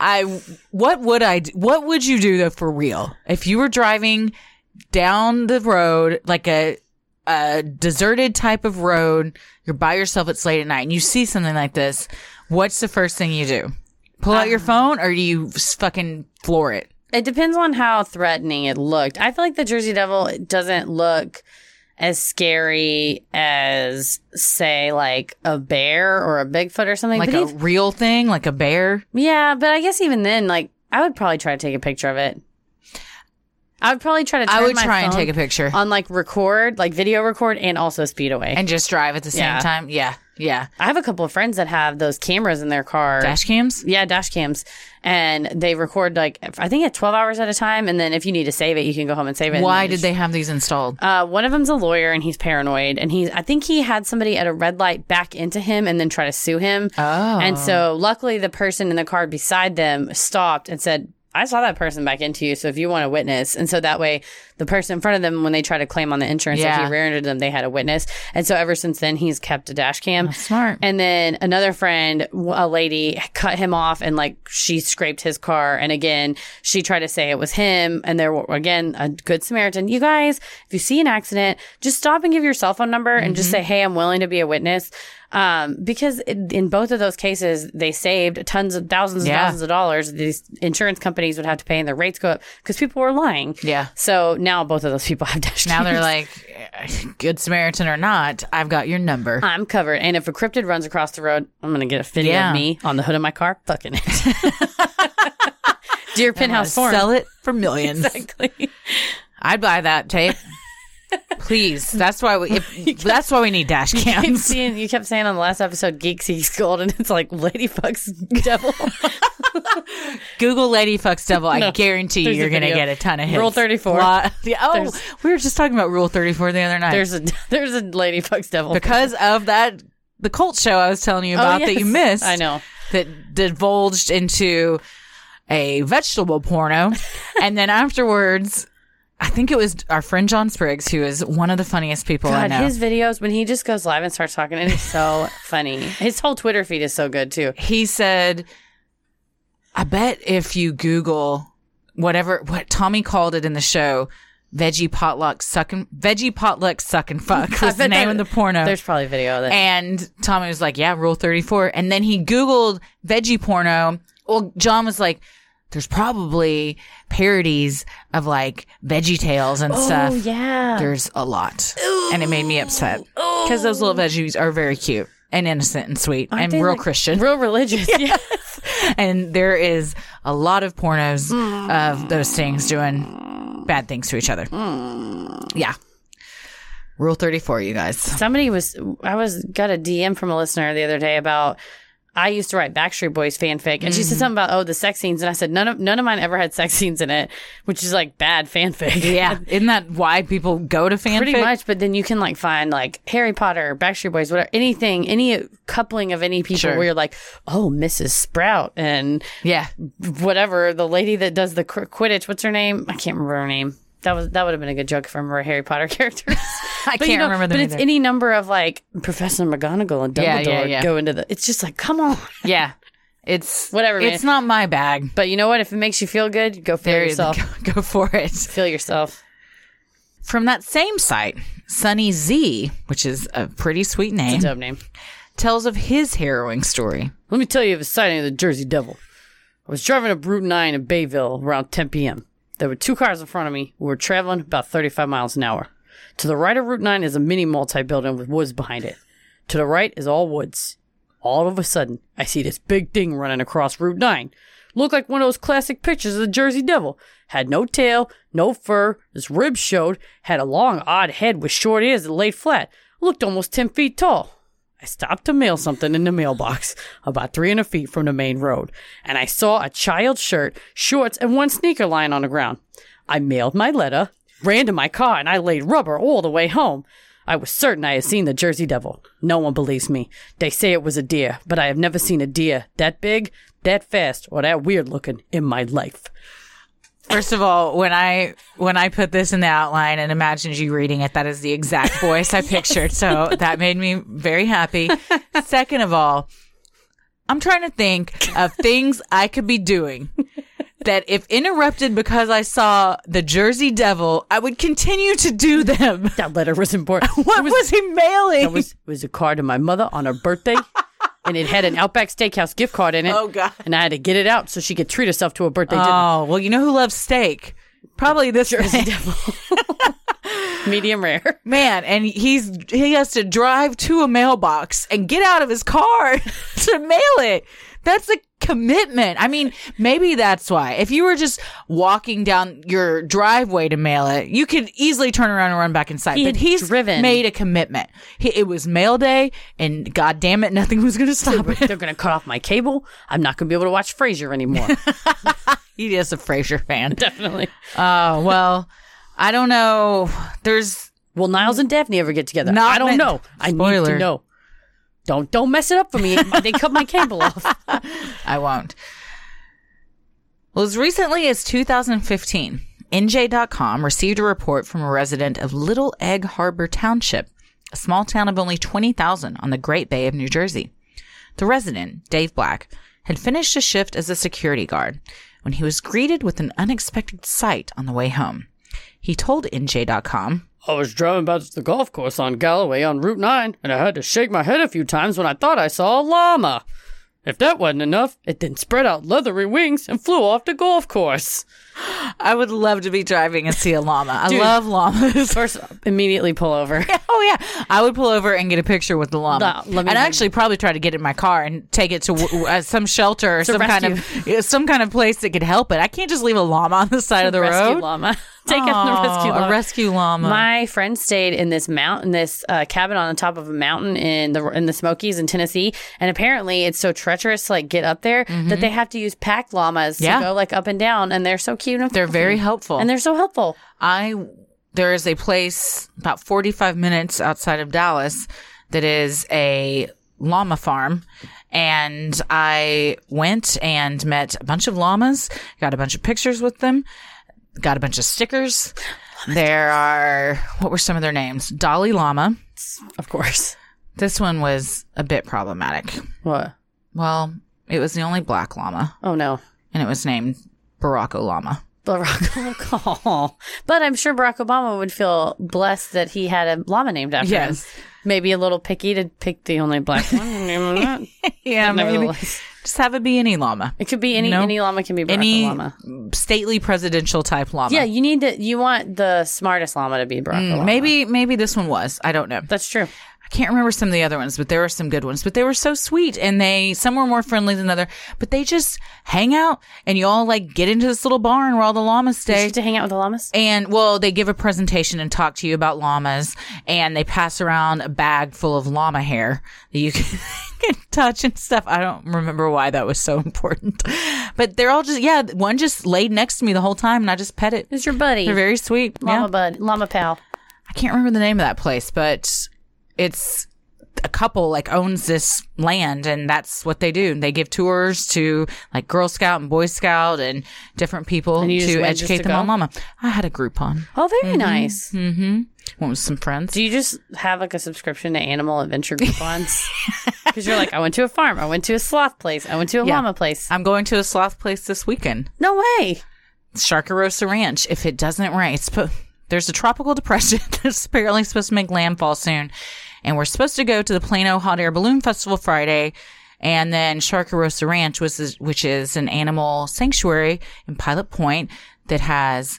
Speaker 3: I what would I do- what would you do though for real if you were driving down the road like a a deserted type of road? You're by yourself. It's late at night, and you see something like this. What's the first thing you do? Pull out
Speaker 1: Um,
Speaker 3: your phone, or do you s- fucking floor it?
Speaker 1: It depends on how threatening it looked. I feel like the Jersey Devil doesn't look as scary as, say, like a bear or a Bigfoot or something.
Speaker 3: Like
Speaker 1: but
Speaker 3: a
Speaker 1: ev-
Speaker 3: real thing, like a bear.
Speaker 1: yeah, but I guess even then, like, I would probably try to take a picture of it. I would probably try to.
Speaker 3: I
Speaker 1: turn
Speaker 3: would
Speaker 1: my
Speaker 3: try and
Speaker 1: phone
Speaker 3: take a picture
Speaker 1: on like record, like video record, and also speed away.
Speaker 3: and just drive at the same
Speaker 1: Yeah.
Speaker 3: time. Yeah, yeah.
Speaker 1: I have a couple of friends that have those cameras in their car.
Speaker 3: Dash cams.
Speaker 1: yeah, dash cams, and they record like I think at twelve hours at a time, and then if you need to save it, you can go home and save it. and
Speaker 3: Why
Speaker 1: then
Speaker 3: did
Speaker 1: just-
Speaker 3: they have these installed?
Speaker 1: Uh, one of them's a lawyer and he's paranoid, and he's I think he had somebody at a red light back into him and then try to sue him.
Speaker 3: Oh.
Speaker 1: And so luckily, the person in the car beside them stopped and said. I saw that person back into you, so if you want a witness, and so that way the person in front of them, when they try to claim on the insurance, if
Speaker 3: Yeah.
Speaker 1: he rear-ended them, they had a witness, and so ever since then he's kept a dash cam.
Speaker 3: Oh, smart.
Speaker 1: And then another friend, w- a lady, cut him off and like she scraped his car. And again, she tried to say it was him. And there were, again, a good Samaritan. You guys, if you see an accident, just stop and give your cell phone number and
Speaker 3: Mm-hmm.
Speaker 1: just say, Hey, I'm willing to be a witness. Um, because in in both of those cases, they saved tons of thousands and
Speaker 3: Yeah.
Speaker 1: thousands of dollars. These insurance companies would have to pay and their rates go up because people were lying.
Speaker 3: Yeah.
Speaker 1: So now both of those people have dash
Speaker 3: now they're
Speaker 1: cams.
Speaker 3: like, "Eh, good Samaritan or not, I've got your number.
Speaker 1: I'm covered. And if a cryptid runs across the road, I'm going to get a video
Speaker 3: Yeah.
Speaker 1: of me on the hood of my car fucking it. Dear Penthouse Forum.
Speaker 3: Sell it for millions.
Speaker 1: exactly.
Speaker 3: I'd buy that tape. Please. That's why we. If, that's why we need dash
Speaker 1: Keep
Speaker 3: cams.
Speaker 1: seeing, you kept saying on the last episode, Geek Seeks Gold, and it's like, Lady fucks devil.
Speaker 3: Google "lady fucks devil." I
Speaker 1: No,
Speaker 3: guarantee you,
Speaker 1: there's a
Speaker 3: you're gonna
Speaker 1: video.
Speaker 3: get a ton of hits.
Speaker 1: Rule 34.
Speaker 3: Lot- yeah, oh,
Speaker 1: There's-
Speaker 3: we were just talking about Rule Thirty Four the other night.
Speaker 1: There's a there's a Lady fucks devil.
Speaker 3: because of that, the cult show I was telling you
Speaker 1: Oh,
Speaker 3: about that you
Speaker 1: yes.
Speaker 3: missed.
Speaker 1: I know.
Speaker 3: that divulged into a vegetable porno. and then afterwards, I think it was our friend John Spriggs, who is one of the funniest people Oh, I
Speaker 1: God,
Speaker 3: know.
Speaker 1: his videos when he just goes live and starts talking, it is so funny. His whole Twitter feed is so good too.
Speaker 3: he said, I bet if you Google whatever, what Tommy called it in the show, veggie potluck sucking, veggie potluck suck and fuck was the
Speaker 1: bet
Speaker 3: name
Speaker 1: there-
Speaker 3: of the porno.
Speaker 1: There's probably a video of that.
Speaker 3: And Tommy was like, yeah, rule 34. And then he Googled veggie porno. Well, John was like, there's probably parodies of like veggie tales and
Speaker 1: oh
Speaker 3: stuff.
Speaker 1: yeah.
Speaker 3: There's a lot. And it made me upset because those little veggies are very cute and innocent and sweet
Speaker 1: Oh. Aren't
Speaker 3: and
Speaker 1: they,
Speaker 3: real
Speaker 1: like,
Speaker 3: Christian.
Speaker 1: Real religious. Yes.
Speaker 3: and there is a lot of pornos of those things doing bad things to each other. Yeah. Rule 34, you guys.
Speaker 1: Somebody was I was got a DM from a listener the other day about I used to write Backstreet Boys fanfic, and she
Speaker 3: Mm.
Speaker 1: said something about oh the sex scenes, and I said none of none of mine ever had sex scenes in it, which is like bad fanfic.
Speaker 3: Yeah. Isn't that why people go to fanfic?
Speaker 1: Pretty much, but then you can like find like Harry Potter, Backstreet Boys, whatever, anything, any coupling of any people
Speaker 3: Sure.
Speaker 1: where you're like, oh, Mrs. Sprout and
Speaker 3: Yeah.
Speaker 1: whatever the lady that does the qu- Quidditch, what's her name? I can't remember her name. That was that would have been a good joke if I remember Harry Potter characters.
Speaker 3: I
Speaker 1: But
Speaker 3: can't
Speaker 1: you know,
Speaker 3: remember
Speaker 1: But
Speaker 3: them
Speaker 1: it's
Speaker 3: either.
Speaker 1: any number of like Professor McGonagall and Dumbledore
Speaker 3: Yeah, yeah, yeah.
Speaker 1: go into the. It's just like, come on.
Speaker 3: yeah. It's
Speaker 1: Whatever,
Speaker 3: It's not my bag.
Speaker 1: But you know what? If it makes you feel good, go feel
Speaker 3: There you go,
Speaker 1: yourself.
Speaker 3: go for it.
Speaker 1: Feel yourself.
Speaker 3: From that same site, Sunny Z, which is a pretty sweet name,
Speaker 1: Dope name.
Speaker 3: tells of his harrowing story.
Speaker 1: Let me tell you of a sighting of the Jersey Devil. I was driving up Route 9 in Bayville around 10 p.m. There were two cars in front of me. We were traveling about 35 miles an hour. To the right of Route 9 is a mini multi building with woods behind it. To the right is all woods. All of a sudden, I see this big thing running across Route 9. Looked like one of those classic pictures of the Jersey Devil. Had no tail, no fur, his ribs showed, had a long, odd head with short ears that laid flat. Looked almost 10 feet tall. I stopped to mail something in the mailbox about 300 feet from the main road, and I saw a child's shirt, shorts, and one sneaker lying on the ground. I mailed my letter, ran to my car, and I laid rubber all the way home. I was certain I had seen the Jersey Devil. No one believes me. They say it was a deer, but I have never seen a deer that big, that fast, or that weird looking in my life.
Speaker 3: First of all, when I when I put this in the outline and imagined you reading it, that is the exact voice I pictured. So that made me very happy. Second of all, I'm trying to think of things I could be doing that if interrupted because I saw the Jersey Devil, I would continue to do them.
Speaker 1: That letter was important.
Speaker 3: What was, he mailing?
Speaker 1: It was, it was a card to my mother on her birthday, and it had an Outback Steakhouse gift card in it.
Speaker 3: Oh, God.
Speaker 1: And I had to get it out so she could treat herself to a birthday dinner.
Speaker 3: oh, well, you know who loves steak? Probably this man.
Speaker 1: Medium rare.
Speaker 3: man, and he's he has to drive to a mailbox and get out of his car to mail it. That's a commitment. I mean, maybe that's why. If you were just walking down your driveway to mail it, you could easily turn around and run back inside.
Speaker 1: He
Speaker 3: but
Speaker 1: had
Speaker 3: he's
Speaker 1: driven.
Speaker 3: made a commitment. He, it was mail day, and god damn it, nothing was going to stop it.
Speaker 1: They're going to cut off my cable. I'm not going to be able to watch Frasier anymore.
Speaker 3: He is a Frasier fan.
Speaker 1: Definitely.
Speaker 3: Oh well, I don't know. There's
Speaker 1: Will Niles and Daphne ever get together?
Speaker 3: Not
Speaker 1: I don't
Speaker 3: meant-
Speaker 1: know. I need
Speaker 3: Spoiler.
Speaker 1: to know. Don't don't mess it up for me. they cut my cable off.
Speaker 3: I won't. Well, as recently as 2015, NJ.com received a report from a resident of Little Egg Harbor Township, a small town of only 20,000 on the Great Bay of New Jersey. The resident, Dave Black, had finished a shift as a security guard when he was greeted with an unexpected sight on the way home. He told NJ.com,
Speaker 1: I was driving back to the golf course on Galloway on Route 9, and I had to shake my head a few times when I thought I saw a llama. If that wasn't enough, it then spread out leathery wings and flew off the golf course.
Speaker 3: I would love to be driving and see a llama. I
Speaker 1: Dude.
Speaker 3: love llamas.
Speaker 1: First, immediately pull over.
Speaker 3: Oh yeah, I would pull over and get a picture with the llama,
Speaker 1: No, let me-
Speaker 3: and actually probably try to get it in my car and take it to w- w- uh, some shelter or some kind of yeah, some kind of place that could help it. I can't just leave a llama on the side of the
Speaker 1: rescue
Speaker 3: road.
Speaker 1: llama. Take out the rescue
Speaker 3: Oh,
Speaker 1: llama.
Speaker 3: a rescue llama.
Speaker 1: My friend stayed in this mountain, this uh, cabin on the top of a mountain in the in the Smokies in Tennessee, and apparently it's so treacherous to like get up there that they have to use pack llamas
Speaker 3: Mm-hmm. Yeah.
Speaker 1: to go like up and down, and they're so cute. And
Speaker 3: They're very helpful.
Speaker 1: and they're so helpful.
Speaker 3: I there is a place about 45 minutes outside of Dallas that is a llama farm and I went and met a bunch of llamas, got a bunch of pictures with them, got a bunch of stickers. There are what were some of their names? Dalai Lama.
Speaker 1: Of course.
Speaker 3: This one was a bit problematic.
Speaker 1: What?
Speaker 3: Well, it was the only black llama
Speaker 1: Oh no.
Speaker 3: and it was named Barack Obama.
Speaker 1: Barack Obama. but I'm sure Barack Obama would feel blessed that he had a llama named after
Speaker 3: Yes.
Speaker 1: him. Maybe a little picky to pick the only black one. Name him that.
Speaker 3: Yeah, maybe
Speaker 1: Nevertheless,
Speaker 3: just have it be any llama.
Speaker 1: it could be any
Speaker 3: No.
Speaker 1: any llama can be Barack
Speaker 3: any
Speaker 1: Obama.
Speaker 3: stately presidential type llama.
Speaker 1: Yeah, you need to. You want the smartest llama to be Barack Obama.
Speaker 3: Mm, Maybe maybe this one was. I don't know.
Speaker 1: that's true.
Speaker 3: I can't remember some of the other ones, but there were some good ones. But they were so sweet and they some were more friendly than other, but they just hang out and you all like get into this little barn where all the llamas
Speaker 1: You
Speaker 3: stay.
Speaker 1: should to hang out with the llamas.
Speaker 3: And well, they give a presentation and talk to you about llamas and they pass around a bag full of llama hair that you can, can touch and stuff. I don't remember why that was so important. But they're all just yeah, one just laid next to me the whole time and I just pet it.
Speaker 1: It's your buddy,
Speaker 3: They're
Speaker 1: llama
Speaker 3: very sweet. yeah.
Speaker 1: bud, llama pal.
Speaker 3: I can't remember the name of that place, but it's a couple like owns this land and that's what they do. They give tours to like Girl Scout and Boy Scout and different people
Speaker 1: And you just
Speaker 3: to
Speaker 1: went just
Speaker 3: educate
Speaker 1: to
Speaker 3: them on
Speaker 1: go?
Speaker 3: llama. I had a Groupon.
Speaker 1: Oh, very
Speaker 3: Mm-hmm.
Speaker 1: nice.
Speaker 3: Went with some friends.
Speaker 1: Do you just have like a subscription to Animal Adventure Groupons? Because you're like, I went to a farm, I went to a sloth place, I went to a
Speaker 3: Yeah.
Speaker 1: llama place.
Speaker 3: I'm going to a sloth place this weekend.
Speaker 1: No way.
Speaker 3: Sharkarosa Ranch. If it doesn't rain, it's sp- there's a tropical depression that's apparently supposed to make landfall soon, and we're supposed to go to the Plano Hot Air Balloon Festival Friday, and then Sharkarosa Ranch, which is which is an animal sanctuary in Pilot Point that has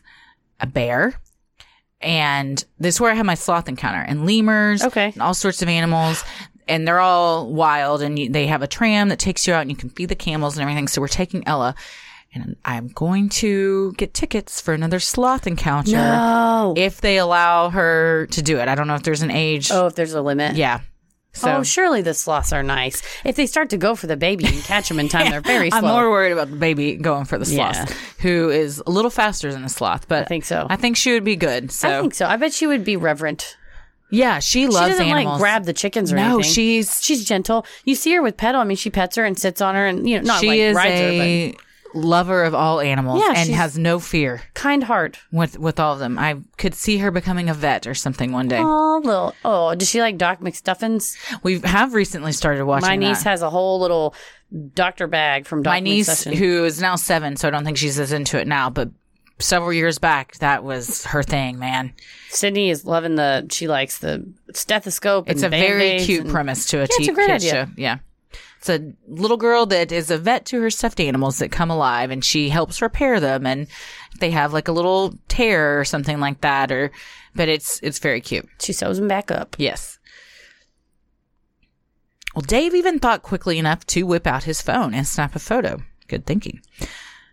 Speaker 3: a bear, and this is where I had my sloth encounter and lemurs,
Speaker 1: Okay.
Speaker 3: and all sorts of animals. And they're all wild, and you, they have a tram that takes you out, and you can feed the camels and everything. So we're taking Ella, and I'm going to get tickets for another sloth encounter
Speaker 1: No.
Speaker 3: if they allow her to do it. I don't know if there's an age.
Speaker 1: oh, if there's a limit.
Speaker 3: Yeah. So
Speaker 1: Oh, surely the sloths are nice. If they start to go for the baby and catch them in time, they're very slow.
Speaker 3: I'm more worried about the baby going for the sloth,
Speaker 1: Yeah.
Speaker 3: who is a little faster than the sloth. But I
Speaker 1: think so.
Speaker 3: I think she would be good. So
Speaker 1: I think so. I bet she would be reverent.
Speaker 3: Yeah, she loves
Speaker 2: she doesn't
Speaker 3: animals.
Speaker 2: like grab the chickens or
Speaker 3: no,
Speaker 2: anything.
Speaker 3: she's
Speaker 2: she's gentle. You see her with Petal. I mean, she pets her and sits on her, and you know, not
Speaker 3: she
Speaker 2: like
Speaker 3: is
Speaker 2: rides her,
Speaker 3: a lover of all animals
Speaker 2: Yeah,
Speaker 3: and
Speaker 2: she's-
Speaker 3: has no fear
Speaker 2: but kind heart.
Speaker 3: with with all of them. I could see her becoming a vet or something one day.
Speaker 2: Oh, little. Oh, does she like Doc McStuffins?
Speaker 3: We have recently started watching.
Speaker 2: My niece
Speaker 3: that.
Speaker 2: has a whole little doctor bag from Doc
Speaker 3: my niece,
Speaker 2: McStuffins.
Speaker 3: who is now seven, so I don't think she's as into it now, but several years back, that was her thing, man.
Speaker 2: Sydney is loving the. She likes the stethoscope.
Speaker 3: It's
Speaker 2: and
Speaker 3: a very
Speaker 2: Band-Aids
Speaker 3: cute
Speaker 2: and-
Speaker 3: premise to a
Speaker 2: it's a
Speaker 3: te-
Speaker 2: great
Speaker 3: kid's
Speaker 2: idea.
Speaker 3: show. Yeah. It's a little girl that is a vet to her stuffed animals that come alive and she helps repair them and if they have like a little tear or something like that or but it's it's very cute.
Speaker 2: She sews them back up.
Speaker 3: Yes. Well, Dave even thought quickly enough to whip out his phone and snap a photo. Good thinking.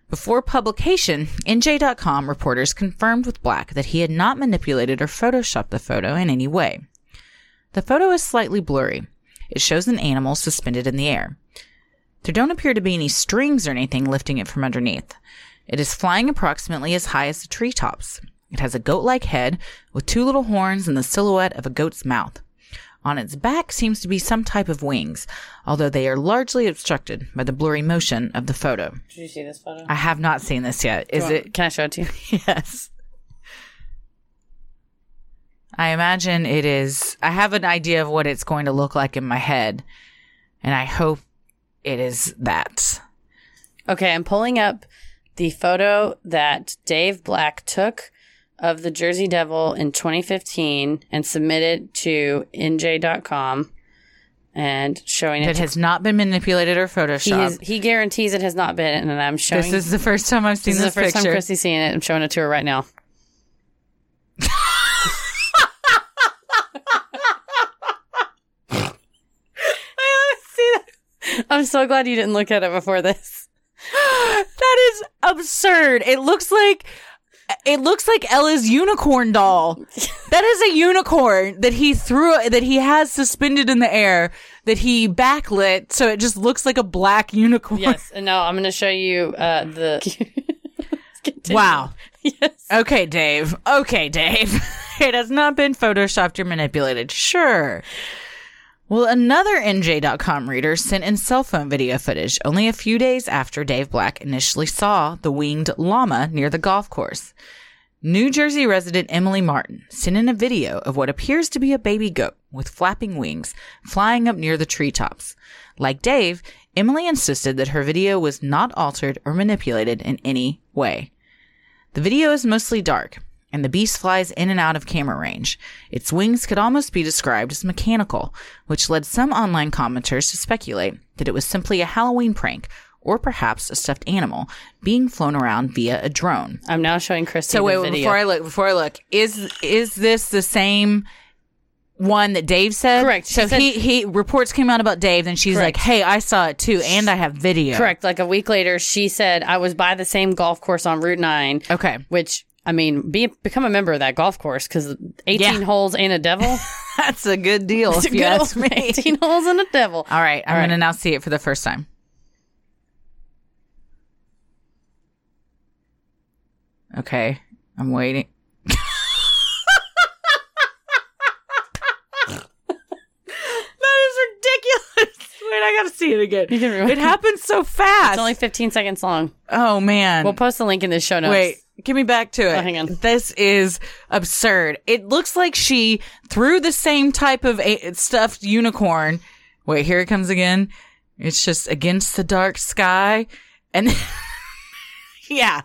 Speaker 3: Before publication, NJ.com reporters confirmed with Black that he had not manipulated or photoshopped the photo in any way. The photo is slightly blurry. It shows an animal suspended in the air. There don't appear to be any strings or anything lifting it from underneath. It is flying approximately as high as the treetops. It has a goat like head with two little horns and the silhouette of a goat's mouth. On its back seems to be some type of wings, although they are largely obstructed by the blurry motion of the photo.
Speaker 2: Did you see this photo?
Speaker 3: I have not seen this yet. Is it?
Speaker 2: Can I show it to you?
Speaker 3: Yes. I imagine it is. I have an idea of what it's going to look like in my head, and I hope it is that.
Speaker 2: Okay, I'm pulling up the photo that Dave Black took of the Jersey Devil in 2015 and submitted to NJ.com and showing
Speaker 3: It
Speaker 2: it.
Speaker 3: has not been manipulated or
Speaker 2: he,
Speaker 3: photoshopped.
Speaker 2: is, he guarantees it has not been, and I'm showing.
Speaker 3: This is the first time I've seen
Speaker 2: this is
Speaker 3: this,
Speaker 2: the first
Speaker 3: picture.
Speaker 2: time Christy's seeing it. I'm showing it to her right now. I see that. I'm so glad you didn't look at it before this.
Speaker 3: that is absurd. It looks like it looks like Ella's unicorn doll. that is a unicorn that he threw that he has suspended in the air that he backlit so it just looks like a black unicorn.
Speaker 2: Yes, and now I'm going to show you uh, the. Continue.
Speaker 3: Wow.
Speaker 2: Yes.
Speaker 3: Okay, Dave. Okay, Dave. it has not been photoshopped or manipulated. Sure. Well, another NJ.com reader sent in cell phone video footage only a few days after Dave Black initially saw the winged llama near the golf course. New Jersey resident Emily Martin sent in a video of what appears to be a baby goat with flapping wings flying up near the treetops. Like Dave, Emily insisted that her video was not altered or manipulated in any way. The video is mostly dark, and the beast flies in and out of camera range. Its wings could almost be described as mechanical, which led some online commenters to speculate that it was simply a Halloween prank or perhaps a stuffed animal being flown around via a drone.
Speaker 2: I'm now showing Christy
Speaker 3: So
Speaker 2: the
Speaker 3: wait,
Speaker 2: video.
Speaker 3: before I look, before I look, is is this the same one that Dave said?
Speaker 2: Correct. She
Speaker 3: So
Speaker 2: said-
Speaker 3: he he reports came out about Dave, then she's
Speaker 2: Correct.
Speaker 3: like, "Hey, I saw it too, and I have video."
Speaker 2: Correct. Like a week later, she said, I was by the same golf course on Route 9.
Speaker 3: Okay,
Speaker 2: Which I mean, be become a member of that golf course because eighteen
Speaker 3: Yeah.
Speaker 2: holes ain't a devil.
Speaker 3: that's a good deal.
Speaker 2: It's a
Speaker 3: if you
Speaker 2: good
Speaker 3: ask
Speaker 2: old
Speaker 3: me.
Speaker 2: eighteen holes and a devil.
Speaker 3: All right, I'm
Speaker 2: All right.
Speaker 3: gonna now see it for the first time. Okay, I'm waiting. that is ridiculous. Wait, I gotta see it again.
Speaker 2: You can remember.
Speaker 3: It happened so fast.
Speaker 2: It's only fifteen seconds long.
Speaker 3: oh man.
Speaker 2: We'll post the link in the show notes.
Speaker 3: Wait, give me back to it.
Speaker 2: Oh, hang on.
Speaker 3: This is absurd. It looks like she threw the same type of a- stuffed unicorn. Wait, here it comes again. It's just against the dark sky. And yeah,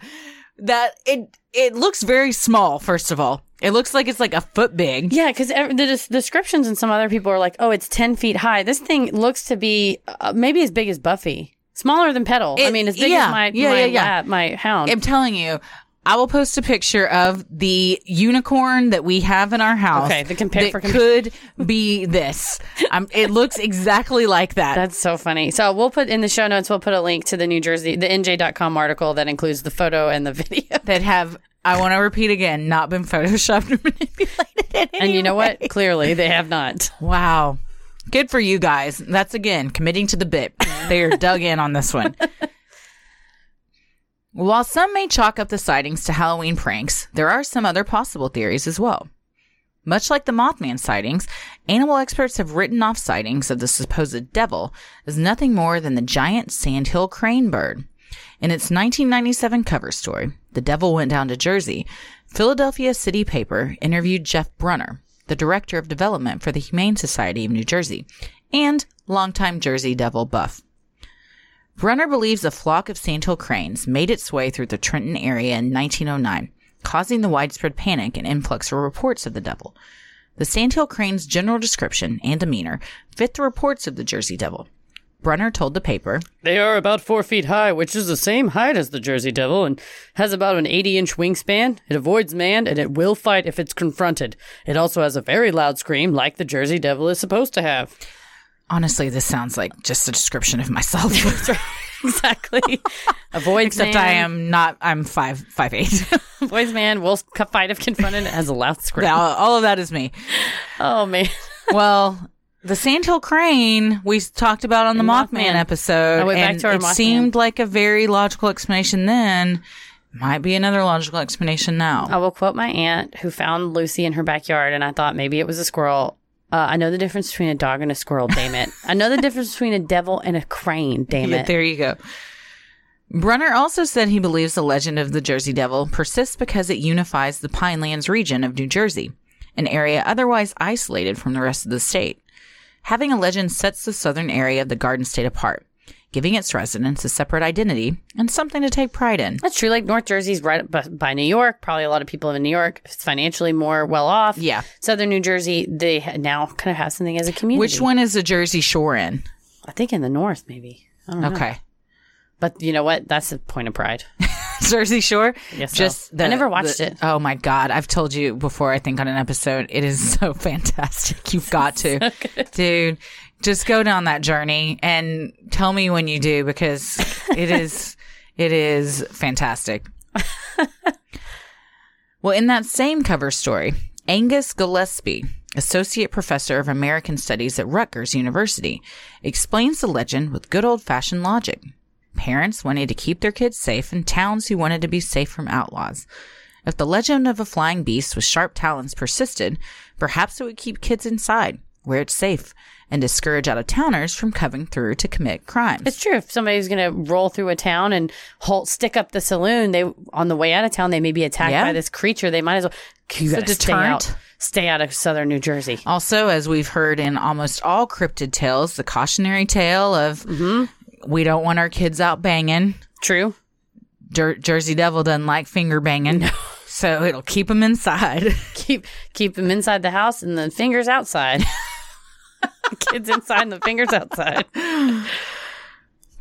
Speaker 3: that it, it looks very small, first of all. It looks like it's like a foot big.
Speaker 2: Yeah, because the des- descriptions and some other people are like, "Oh, it's ten feet high." This thing looks to be uh, maybe as big as Buffy, smaller than Petal. I
Speaker 3: It-
Speaker 2: mean, as big
Speaker 3: yeah,
Speaker 2: as my
Speaker 3: yeah,
Speaker 2: my,
Speaker 3: yeah, yeah.
Speaker 2: lab- my hound.
Speaker 3: I'm telling you, I will post a picture of the unicorn that we have in our house.
Speaker 2: Okay, the compare-
Speaker 3: that
Speaker 2: for compare-
Speaker 3: could be this. Um, it looks exactly like that.
Speaker 2: That's so funny. So we'll put in the show notes. We'll put a link to the New Jersey the NJ.com article that includes the photo and the video.
Speaker 3: that have I want to repeat again, not been photoshopped or manipulated. in any
Speaker 2: And you know
Speaker 3: way.
Speaker 2: what? Clearly, they have not.
Speaker 3: Wow. Good for you guys. That's again committing to the bit. They are dug in on this one. While some may chalk up the sightings to Halloween pranks, there are some other possible theories as well. Much like the Mothman sightings, animal experts have written off sightings of the supposed devil as nothing more than the giant sandhill crane bird. In its 1997 cover story, The Devil Went Down to Jersey, Philadelphia City Paper interviewed Jeff Brunner, the director of development for the Humane Society of New Jersey and longtime Jersey Devil buff. Brunner believes a flock of sandhill cranes made its way through the Trenton area in 1909, causing the widespread panic and influx of reports of the devil. The sandhill crane's general description and demeanor fit the reports of the Jersey devil. Brunner told the paper,
Speaker 1: They are about four feet high, which is the same height as the Jersey Devil, and has about an 80 inch wingspan. It avoids man, and it will fight if it's confronted. It also has a very loud scream, like the Jersey Devil is supposed to have.
Speaker 3: honestly, this sounds like just a description of myself.
Speaker 1: exactly. Avoids
Speaker 3: Except
Speaker 1: man.
Speaker 3: I am not, I'm five, five, eight.
Speaker 1: Avoids man, will c- fight if confronted, and has a loud scream.
Speaker 3: all, all of that is me.
Speaker 1: Oh, man.
Speaker 3: Well, the sandhill crane we s- talked about on the Mothman,
Speaker 1: Mothman.
Speaker 3: episode,
Speaker 1: I went back
Speaker 3: and
Speaker 1: to our
Speaker 3: it
Speaker 1: Mothman.
Speaker 3: seemed like a very logical explanation then. Might be another logical explanation now.
Speaker 1: I will quote my aunt who found Lucy in her backyard, and I thought maybe it was a squirrel. Uh, I know the difference between a dog and a squirrel, damn it. I know the difference between a devil and a crane, damn
Speaker 3: Yeah,
Speaker 1: it.
Speaker 3: there you go. Brunner also said he believes the legend of the Jersey Devil persists because it unifies the Pinelands region of New Jersey, an area otherwise isolated from the rest of the state. Having a legend sets the southern area of the Garden State apart, giving its residents a separate identity and something to take pride in.
Speaker 1: That's true. Like North Jersey's right by, by New York. Probably a lot of people live in New York. It's financially more well off.
Speaker 3: Yeah.
Speaker 1: Southern New Jersey, they ha- now kind of have something as a community.
Speaker 3: Which one is the Jersey Shore in?
Speaker 1: I think in the north, maybe. I don't know.
Speaker 3: Okay.
Speaker 1: But you know what? That's a point of pride.
Speaker 3: Jersey Shore.
Speaker 1: guess so.
Speaker 3: just
Speaker 1: I never watched it.
Speaker 3: Oh my god! I've told you before. I think on an episode, it is so fantastic. You've got to, dude. Just go down that journey and tell me when you do because it is it is fantastic. well, in that same cover story, Angus Gillespie, associate professor of American Studies at Rutgers University, explains the legend with good old fashioned logic. Parents wanted to keep their kids safe and towns who wanted to be safe from outlaws. If the legend of a flying beast with sharp talons persisted, perhaps it would keep kids inside, where it's safe, and discourage out of towners from coming through to commit crimes.
Speaker 1: It's true. If somebody's going to roll through a town and hold, stick up the saloon, they on the way out of town, they may be attacked
Speaker 3: Yeah.
Speaker 1: by this creature. They might as well. You
Speaker 3: It's a
Speaker 1: gotta stay out.
Speaker 3: deterrent.
Speaker 1: Stay out of southern New Jersey.
Speaker 3: Also, as we've heard in almost all cryptid tales, the cautionary tale of we don't want our kids out banging.
Speaker 1: True.
Speaker 3: Jer- Jersey Devil doesn't like finger banging, so it'll keep them inside.
Speaker 1: Keep keep them inside the house and the fingers outside. Kids inside and the fingers outside.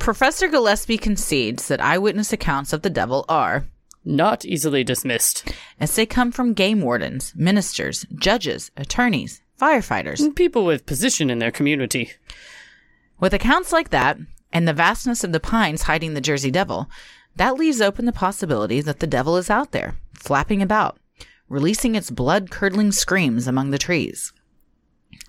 Speaker 3: Professor Gillespie concedes that eyewitness accounts of the devil are
Speaker 1: Not easily dismissed.
Speaker 3: as they come from game wardens, ministers, judges, attorneys, firefighters.
Speaker 1: People with position in their community.
Speaker 3: With accounts like that, and the vastness of the pines hiding the Jersey Devil, that leaves open the possibility that the devil is out there, flapping about, releasing its blood curdling screams among the trees.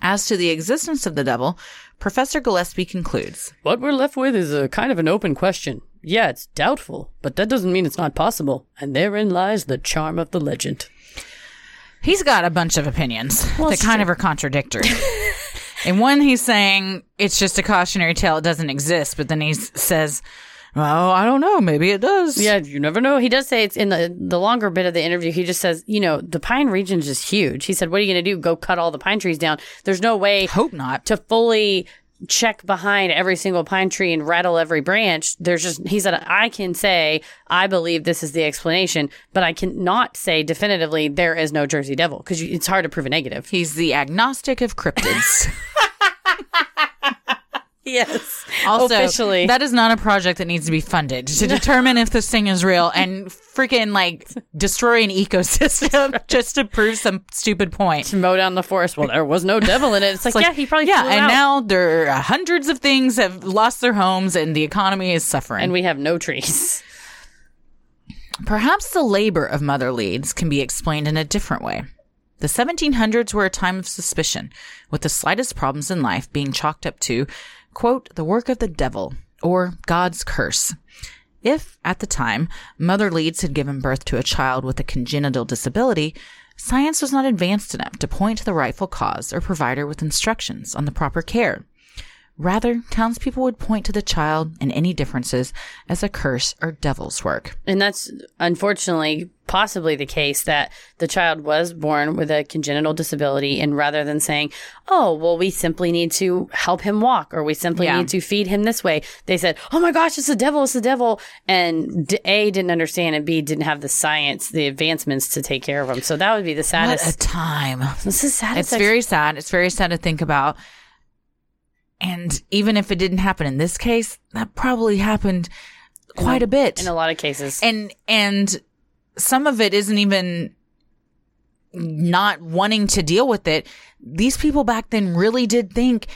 Speaker 3: As to the existence of the devil, Professor Gillespie concludes
Speaker 1: What we're left with is a kind of an open question. Yeah, it's doubtful, but that doesn't mean it's not possible. And therein lies the charm of the legend.
Speaker 3: he's got a bunch of opinions that
Speaker 1: it's
Speaker 3: kind
Speaker 1: true.
Speaker 3: of are contradictory. In one, he's saying it's just a cautionary tale; it doesn't exist. But then he s- says, "Well, I don't know. Maybe it does."
Speaker 1: Yeah, you never know. He does say it's in the the longer bit of the interview. He just says, you know, the pine region is just huge. He said, "What are you going to do? Go cut all the pine trees down? There's no way
Speaker 3: Hope not.
Speaker 1: to fully check behind every single pine tree and rattle every branch. There's just he said, I can say I believe this is the explanation, but I cannot say definitively there is no Jersey Devil because it's hard to prove a negative.
Speaker 3: He's the agnostic of cryptids.
Speaker 1: Yes,
Speaker 3: also,
Speaker 1: officially.
Speaker 3: that is not a project that needs to be funded to determine if this thing is real and freaking like destroy an ecosystem just to prove some stupid point.
Speaker 1: to mow down the forest. Well, there was no devil in it. It's like, yeah, he probably
Speaker 3: yeah,
Speaker 1: flew
Speaker 3: and
Speaker 1: out,
Speaker 3: now there are hundreds of things have lost their homes and the economy is suffering.
Speaker 1: and we have no trees.
Speaker 3: Perhaps the labor of Mother Leeds can be explained in a different way. The 1700s were a time of suspicion, with the slightest problems in life being chalked up to, quote, the work of the devil or God's curse. If, at the time, Mother Leeds had given birth to a child with a congenital disability, Science was not advanced enough to point to the rightful cause or provide her with instructions on the proper care. Rather, townspeople would point to the child and any differences as a curse or devil's work.
Speaker 2: And that's unfortunately possibly the case that the child was born with a congenital disability. And rather than saying, oh, well, we simply need to help him walk or we simply
Speaker 3: Yeah.
Speaker 2: need to feed him this way, they said, oh my gosh, it's the devil, it's the devil. And D- A didn't understand and B didn't have the science, the advancements to take care of him. So that would be the
Speaker 3: What a
Speaker 2: saddest.
Speaker 3: time.
Speaker 2: this is saddest.
Speaker 3: It's
Speaker 2: ex-
Speaker 3: very sad. It's very sad to think about. And even if it didn't happen in this case, that probably happened quite a, bit.
Speaker 2: in a lot of cases.
Speaker 3: and and some of it isn't even not wanting to deal with it these people back then really did think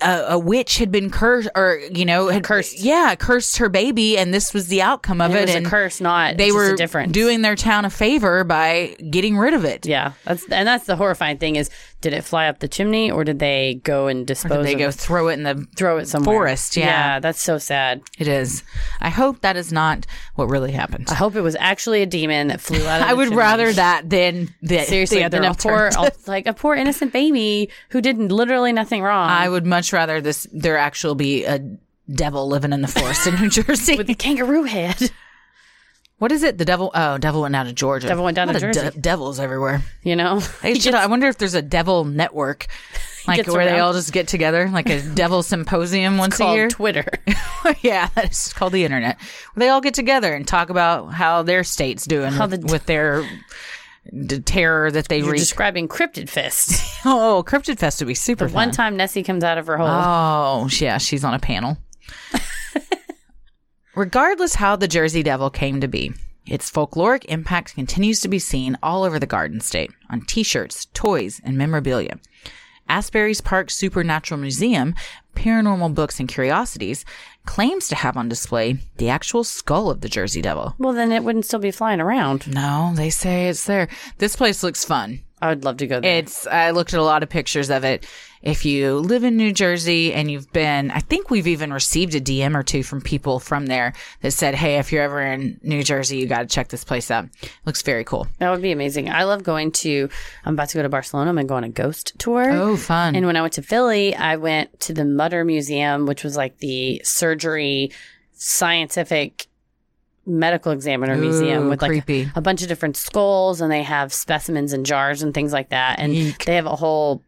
Speaker 3: a, a witch had been cursed or you know had
Speaker 2: Cursed.
Speaker 3: yeah cursed her baby and this was the outcome of
Speaker 2: And it was a
Speaker 3: and
Speaker 2: curse, not
Speaker 3: they
Speaker 2: just a
Speaker 3: were
Speaker 2: difference.
Speaker 3: doing their town a favor by getting rid of it
Speaker 2: yeah, that's and that's the horrifying thing is, did it fly up the chimney or did they go and dispose?
Speaker 3: they
Speaker 2: of
Speaker 3: go throw it in the
Speaker 2: throw it somewhere.
Speaker 3: Forest, yeah.
Speaker 2: that's so sad.
Speaker 3: it is i hope that is not what really happened
Speaker 2: I hope it was actually a demon that flew out. Of
Speaker 3: i
Speaker 2: the
Speaker 3: would
Speaker 2: chimney.
Speaker 3: rather that than the,
Speaker 2: seriously
Speaker 3: the other
Speaker 2: than a poor,
Speaker 3: alternative.
Speaker 2: like a poor innocent baby who did literally nothing wrong.
Speaker 3: I would much rather this there actually be a devil living in the forest in New Jersey.
Speaker 2: with the kangaroo head.
Speaker 3: what is it? The devil? Oh, devil went out of Georgia.
Speaker 2: Devil went down to
Speaker 3: What a
Speaker 2: Jersey.
Speaker 3: de- devils everywhere.
Speaker 2: You know,
Speaker 3: They should- I wonder if there's a devil network, like
Speaker 2: gets
Speaker 3: where they
Speaker 2: around.
Speaker 3: all just get together, like a devil symposium once a
Speaker 2: called
Speaker 3: year.
Speaker 2: Twitter.
Speaker 3: yeah, it's called the internet. Where they all get together and talk about how their state's doing
Speaker 2: How
Speaker 3: with,
Speaker 2: the-
Speaker 3: with their d- terror that they
Speaker 2: You're
Speaker 3: wreak.
Speaker 2: describing cryptid fist.
Speaker 3: oh, Cryptid Fest would be super fun.
Speaker 2: One time Nessie comes out of her hole.
Speaker 3: Oh, yeah, she's on a panel. Regardless how the Jersey Devil came to be, its folkloric impact continues to be seen all over the Garden State on t shirts, toys, and memorabilia. Asbury's Park Supernatural Museum, Paranormal Books and Curiosities, claims to have on display the actual skull of the Jersey Devil.
Speaker 2: Well, then it wouldn't still be flying around.
Speaker 3: No, they say it's there. This place looks fun.
Speaker 2: I would love to go there.
Speaker 3: It's I looked at a lot of pictures of it. If you live in New Jersey and you've been, I think we've even received a DM or two from people from there that said, "Hey, if you're ever in New Jersey, you got to check this place out. looks very cool."
Speaker 2: that would be amazing. I love going to. I'm about to go to Barcelona. I'm going to go on a ghost tour.
Speaker 3: Oh, fun!
Speaker 2: And when I went to Philly, I went to the Mutter Museum, which was like the surgery scientific medical examiner museum
Speaker 3: Ooh,
Speaker 2: with
Speaker 3: creepy.
Speaker 2: like a bunch of different skulls and they have specimens and jars and things like that. And
Speaker 3: Eek.
Speaker 2: they have a whole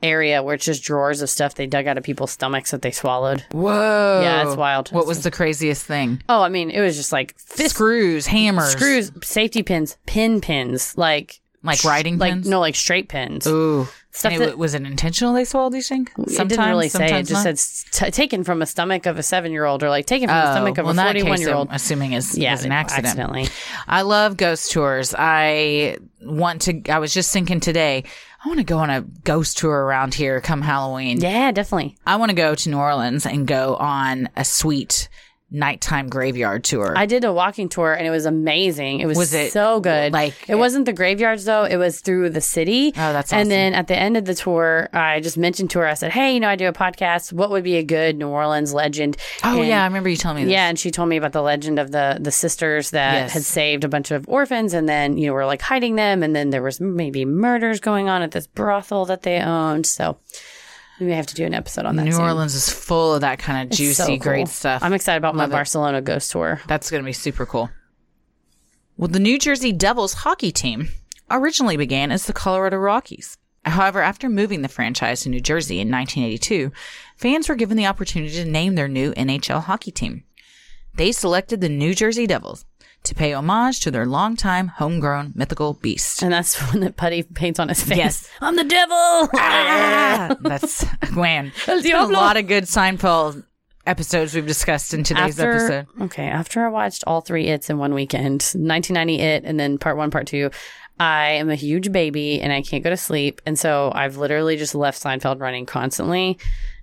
Speaker 2: area where it's just drawers of stuff they dug out of people's stomachs that they swallowed.
Speaker 3: Whoa!
Speaker 2: Yeah, it's wild.
Speaker 3: What was the craziest thing?
Speaker 2: Oh, I mean, it was just like fist
Speaker 3: Screws, hammers,
Speaker 2: screws, safety pins, pin pins, like
Speaker 3: like riding
Speaker 2: like
Speaker 3: pins.
Speaker 2: no, like straight pins.
Speaker 3: Ooh.
Speaker 2: Stuff
Speaker 3: And it,
Speaker 2: that-
Speaker 3: w- was it intentional they swallowed these things?
Speaker 2: it didn't really say. It
Speaker 3: sometimes
Speaker 2: just
Speaker 3: not?
Speaker 2: said s- t- taken from a stomach of a seven year old or like taken from the
Speaker 3: Oh,
Speaker 2: stomach of
Speaker 3: well, in
Speaker 2: a
Speaker 3: that
Speaker 2: 41
Speaker 3: case,
Speaker 2: year old.
Speaker 3: I'm assuming is
Speaker 2: Yeah,
Speaker 3: an accident.
Speaker 2: accidentally.
Speaker 3: I love ghost tours. I want to. I was just thinking today. I want to go on a ghost tour around here come Halloween.
Speaker 2: Yeah, definitely.
Speaker 3: I want to go to New Orleans and go on a sweet nighttime graveyard tour.
Speaker 2: I did a walking tour and it was amazing. It was,
Speaker 3: Was it,
Speaker 2: so good.
Speaker 3: like-
Speaker 2: it wasn't the graveyards though. It was through the city.
Speaker 3: Oh, that's awesome.
Speaker 2: And then at the end of the tour, I just mentioned to her. I said, "Hey, you know, I do a podcast. What would be a good New Orleans legend?"
Speaker 3: oh
Speaker 2: And-
Speaker 3: yeah, I remember you telling me. This.
Speaker 2: Yeah, and she told me about the legend of the the sisters that
Speaker 3: Yes.
Speaker 2: had saved a bunch of orphans, and then you know were like hiding them, and then there was maybe murders going on at this brothel that they owned. So we may have to do an episode on that.
Speaker 3: New
Speaker 2: soon.
Speaker 3: Orleans is full of that kind of
Speaker 2: It's
Speaker 3: juicy,
Speaker 2: so cool.
Speaker 3: great stuff.
Speaker 2: I'm excited about my
Speaker 3: Love it.
Speaker 2: Barcelona ghost tour.
Speaker 3: That's going to be super cool. Well, the New Jersey Devils hockey team originally began as the Colorado Rockies. However, after moving the franchise to New Jersey in 1982, fans were given the opportunity to name their new NHL hockey team. They selected the New Jersey Devils to pay homage to their longtime homegrown mythical beast.
Speaker 2: And that's the one that Putty paints on his face.
Speaker 3: Yes.
Speaker 2: I'm the devil.
Speaker 3: Ah, that's man.
Speaker 2: El
Speaker 3: There's been a
Speaker 2: Diablo.
Speaker 3: lot of good Seinfeld episodes we've discussed in today's
Speaker 2: after,
Speaker 3: episode.
Speaker 2: Okay, after I watched all three It's in one weekend, 1990 It, and then part one, part two, I am a huge baby and I can't go to sleep. And so I've literally just left Seinfeld running constantly.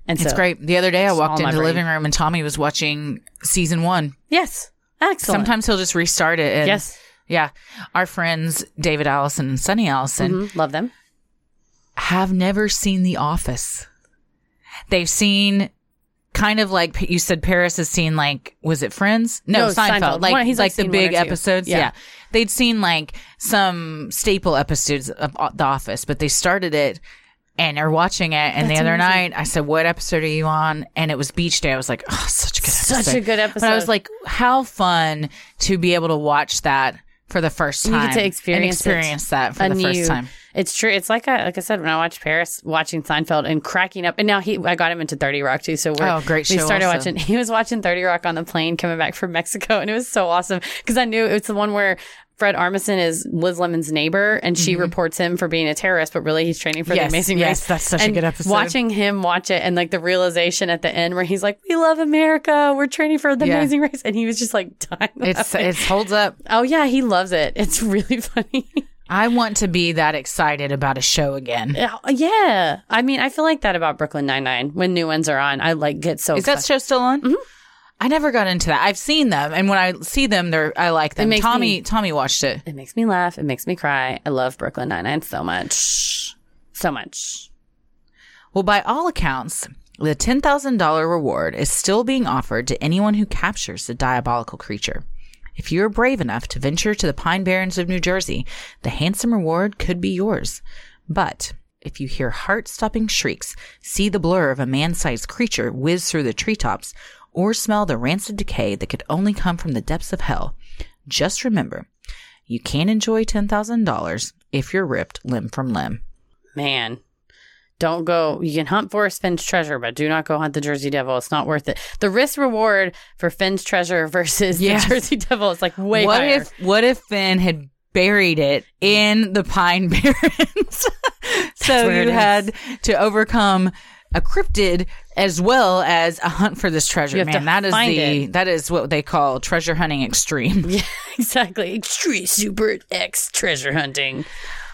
Speaker 2: And
Speaker 3: It's
Speaker 2: so,
Speaker 3: great. The other day, I walked
Speaker 2: all my
Speaker 3: into the
Speaker 2: brain.
Speaker 3: living room and Tommy was watching season one.
Speaker 2: Yes. Excellent.
Speaker 3: Sometimes he'll just restart it. And
Speaker 2: Yes.
Speaker 3: Yeah. Our friends, David Allison and Sunny Allison,
Speaker 2: Mhm, Love them.
Speaker 3: have never seen The Office. They've seen kind of like you said Paris has seen like was it Friends? No,
Speaker 2: No,
Speaker 3: Seinfeld.
Speaker 2: Seinfeld.
Speaker 3: Like
Speaker 2: One- he's, like,
Speaker 3: like the
Speaker 2: seen one or
Speaker 3: big
Speaker 2: two.
Speaker 3: episodes.
Speaker 2: Yeah.
Speaker 3: Yeah. They'd seen like some staple episodes of O- The Office, but they started it and are watching it and
Speaker 2: That's
Speaker 3: the other
Speaker 2: amazing.
Speaker 3: night I said, "What episode are you on?" And it was Beach Day. I was like, "Oh, such a good
Speaker 2: Such
Speaker 3: episode."
Speaker 2: a good
Speaker 3: But I was
Speaker 2: episode.
Speaker 3: like, "How fun to be able to watch that for the first
Speaker 2: You
Speaker 3: time.
Speaker 2: get to
Speaker 3: and
Speaker 2: experience, it
Speaker 3: experience that for the
Speaker 2: anew.
Speaker 3: first time."
Speaker 2: It's true. It's like I like I said when I watched Paris, watching Seinfeld and cracking up. And now he, I got him into Thirty Rock too. So we're
Speaker 3: Oh, great
Speaker 2: We
Speaker 3: show
Speaker 2: started
Speaker 3: also.
Speaker 2: watching. He was watching Thirty Rock on the plane coming back from Mexico, and it was so awesome because I knew it's the one where. Fred Armisen is Liz Lemon's neighbor, and she reports him for being a terrorist, but really he's training for the
Speaker 3: Mm-hmm. Yes,
Speaker 2: Amazing
Speaker 3: yes,
Speaker 2: Race.
Speaker 3: that's such a
Speaker 2: And
Speaker 3: good episode.
Speaker 2: Watching him watch it, and like the realization at the end where he's like, "We love America, we're training for the
Speaker 3: Yeah.
Speaker 2: Amazing Race," and he was just like dying.
Speaker 3: It's
Speaker 2: laughing.
Speaker 3: it holds up.
Speaker 2: oh yeah, he loves it. It's really funny.
Speaker 3: I want to be that excited about a show again.
Speaker 2: Yeah, uh, Yeah, I mean, I feel like that about Brooklyn Nine Nine. When new ones are on, I like get so.
Speaker 3: Is that
Speaker 2: excited.
Speaker 3: show still on? Mm-hmm. I never got into that. I've seen them, and when I see them, they're I like them.
Speaker 2: makes
Speaker 3: Tommy
Speaker 2: me-
Speaker 3: Tommy watched it.
Speaker 2: It makes me laugh. It makes me cry. I love Brooklyn Nine Nine so much, so much.
Speaker 3: Well, by all accounts, the ten thousand dollar reward is still being offered to anyone who captures the diabolical creature. If you are brave enough to venture to the Pine Barrens of New Jersey, the handsome reward could be yours. But if you hear heart stopping shrieks, see the blur of a man sized creature whiz through the treetops, or smell the rancid decay that could only come from the depths of hell, just remember you can enjoy $10,000 if you're ripped limb from limb.
Speaker 2: Man, don't go. You can hunt Forrest Finn's treasure, but do not go hunt the Jersey Devil. It's not worth it. The risk reward for Finn's treasure versus
Speaker 3: Yes.
Speaker 2: the Jersey Devil is like way
Speaker 3: what
Speaker 2: higher.
Speaker 3: if what if Finn had buried it in the pine barrens? so
Speaker 2: where it
Speaker 3: you
Speaker 2: is.
Speaker 3: had to overcome a cryptid as well as a hunt for this treasure.
Speaker 2: You have to
Speaker 3: Man, that is
Speaker 2: find
Speaker 3: the
Speaker 2: it.
Speaker 3: that is what they call treasure hunting extreme.
Speaker 2: yeah, exactly. Extreme super X treasure hunting.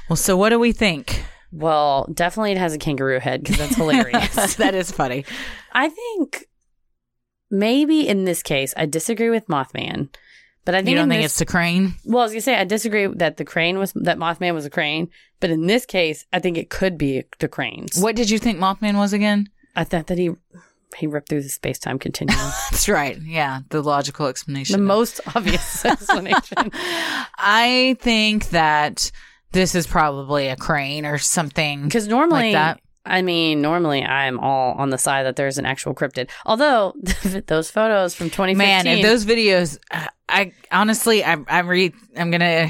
Speaker 3: Well, so what do we think?
Speaker 2: Well, definitely it has a kangaroo head because that's hilarious.
Speaker 3: that is funny.
Speaker 2: I think maybe in this case, I disagree with Mothman, but I think
Speaker 3: You
Speaker 2: in
Speaker 3: don't think
Speaker 2: this,
Speaker 3: it's the crane?
Speaker 2: well, I was gonna say I disagree that the crane was that Mothman was a crane, but in this case, I think it could be the cranes.
Speaker 3: What did you think Mothman was again?
Speaker 2: I thought that he he ripped through the space time continuum.
Speaker 3: That's right. Yeah, the logical explanation.
Speaker 2: the most obvious explanation.
Speaker 3: I think that this is probably a crane or something.
Speaker 2: Because normally,
Speaker 3: Like that?
Speaker 2: I mean, normally I'm all on the side that there's an actual cryptid. Although those photos from 2015,
Speaker 3: Man, if those videos, I, I honestly, I, I re, I'm gonna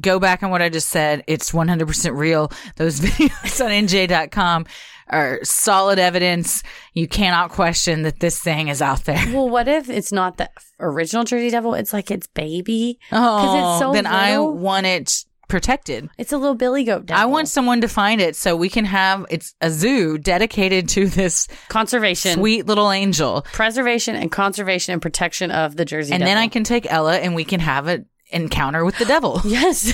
Speaker 3: go back on what I just said. It's 100% real. Those videos on NJ.com are solid evidence. You cannot question that this thing is out there.
Speaker 2: well, what if it's not the original Jersey Devil? It's like its baby.
Speaker 3: Oh,
Speaker 2: it's so
Speaker 3: then I
Speaker 2: little.
Speaker 3: want it protected.
Speaker 2: It's a little billy goat devil.
Speaker 3: I want someone to find it so we can have it's a zoo dedicated to this
Speaker 2: conservation,
Speaker 3: sweet little angel,
Speaker 2: preservation, and conservation and protection of the Jersey.
Speaker 3: and then
Speaker 2: devil.
Speaker 3: I can take Ella and we can have an encounter with the devil.
Speaker 2: yes,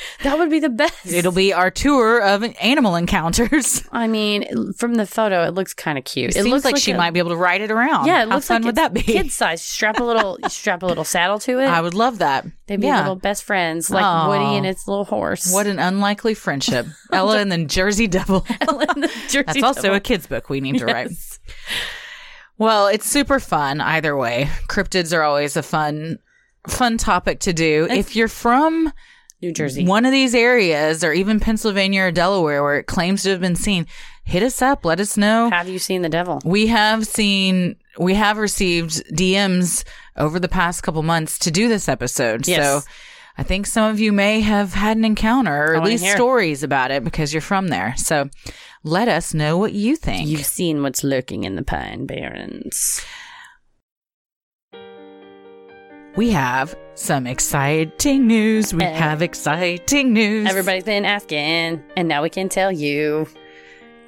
Speaker 2: that would be the best.
Speaker 3: It'll be our tour of animal encounters.
Speaker 2: I mean, from the photo, it looks kind of cute.
Speaker 3: It, seems
Speaker 2: looks
Speaker 3: like, she
Speaker 2: a-
Speaker 3: might be able to ride it around.
Speaker 2: Yeah, it
Speaker 3: How
Speaker 2: looks
Speaker 3: fun
Speaker 2: like
Speaker 3: would
Speaker 2: it's
Speaker 3: that be?
Speaker 2: Kid size. Strap a little, strap a little saddle to it.
Speaker 3: I would love that.
Speaker 2: They'd be
Speaker 3: yeah.
Speaker 2: little best friends, like
Speaker 3: Aw.
Speaker 2: Woody and its little horse.
Speaker 3: What an unlikely friendship. Ella and the Jersey Devil.
Speaker 2: Jersey
Speaker 3: That's also
Speaker 2: Devil.
Speaker 3: a kid's book we need to write. Well, it's super fun either way. Cryptids are always a fun fun topic to do. if you're from
Speaker 2: New Jersey.
Speaker 3: one of these areas or even Pennsylvania or Delaware where it claims to have been seen, hit us up, let us know.
Speaker 2: Have you seen the devil?
Speaker 3: We have seen, we have received DMs over the past couple months to do this episode.
Speaker 2: Yes.
Speaker 3: So I think some of you may have had an encounter or
Speaker 2: I
Speaker 3: at
Speaker 2: wanna
Speaker 3: least
Speaker 2: hear.
Speaker 3: stories about it because you're from there. So let us know what you think.
Speaker 2: You've seen what's lurking in the Pine Barrens.
Speaker 3: we have some exciting news. We
Speaker 2: Eh.
Speaker 3: have exciting news.
Speaker 2: Everybody's been asking, and now we can tell you.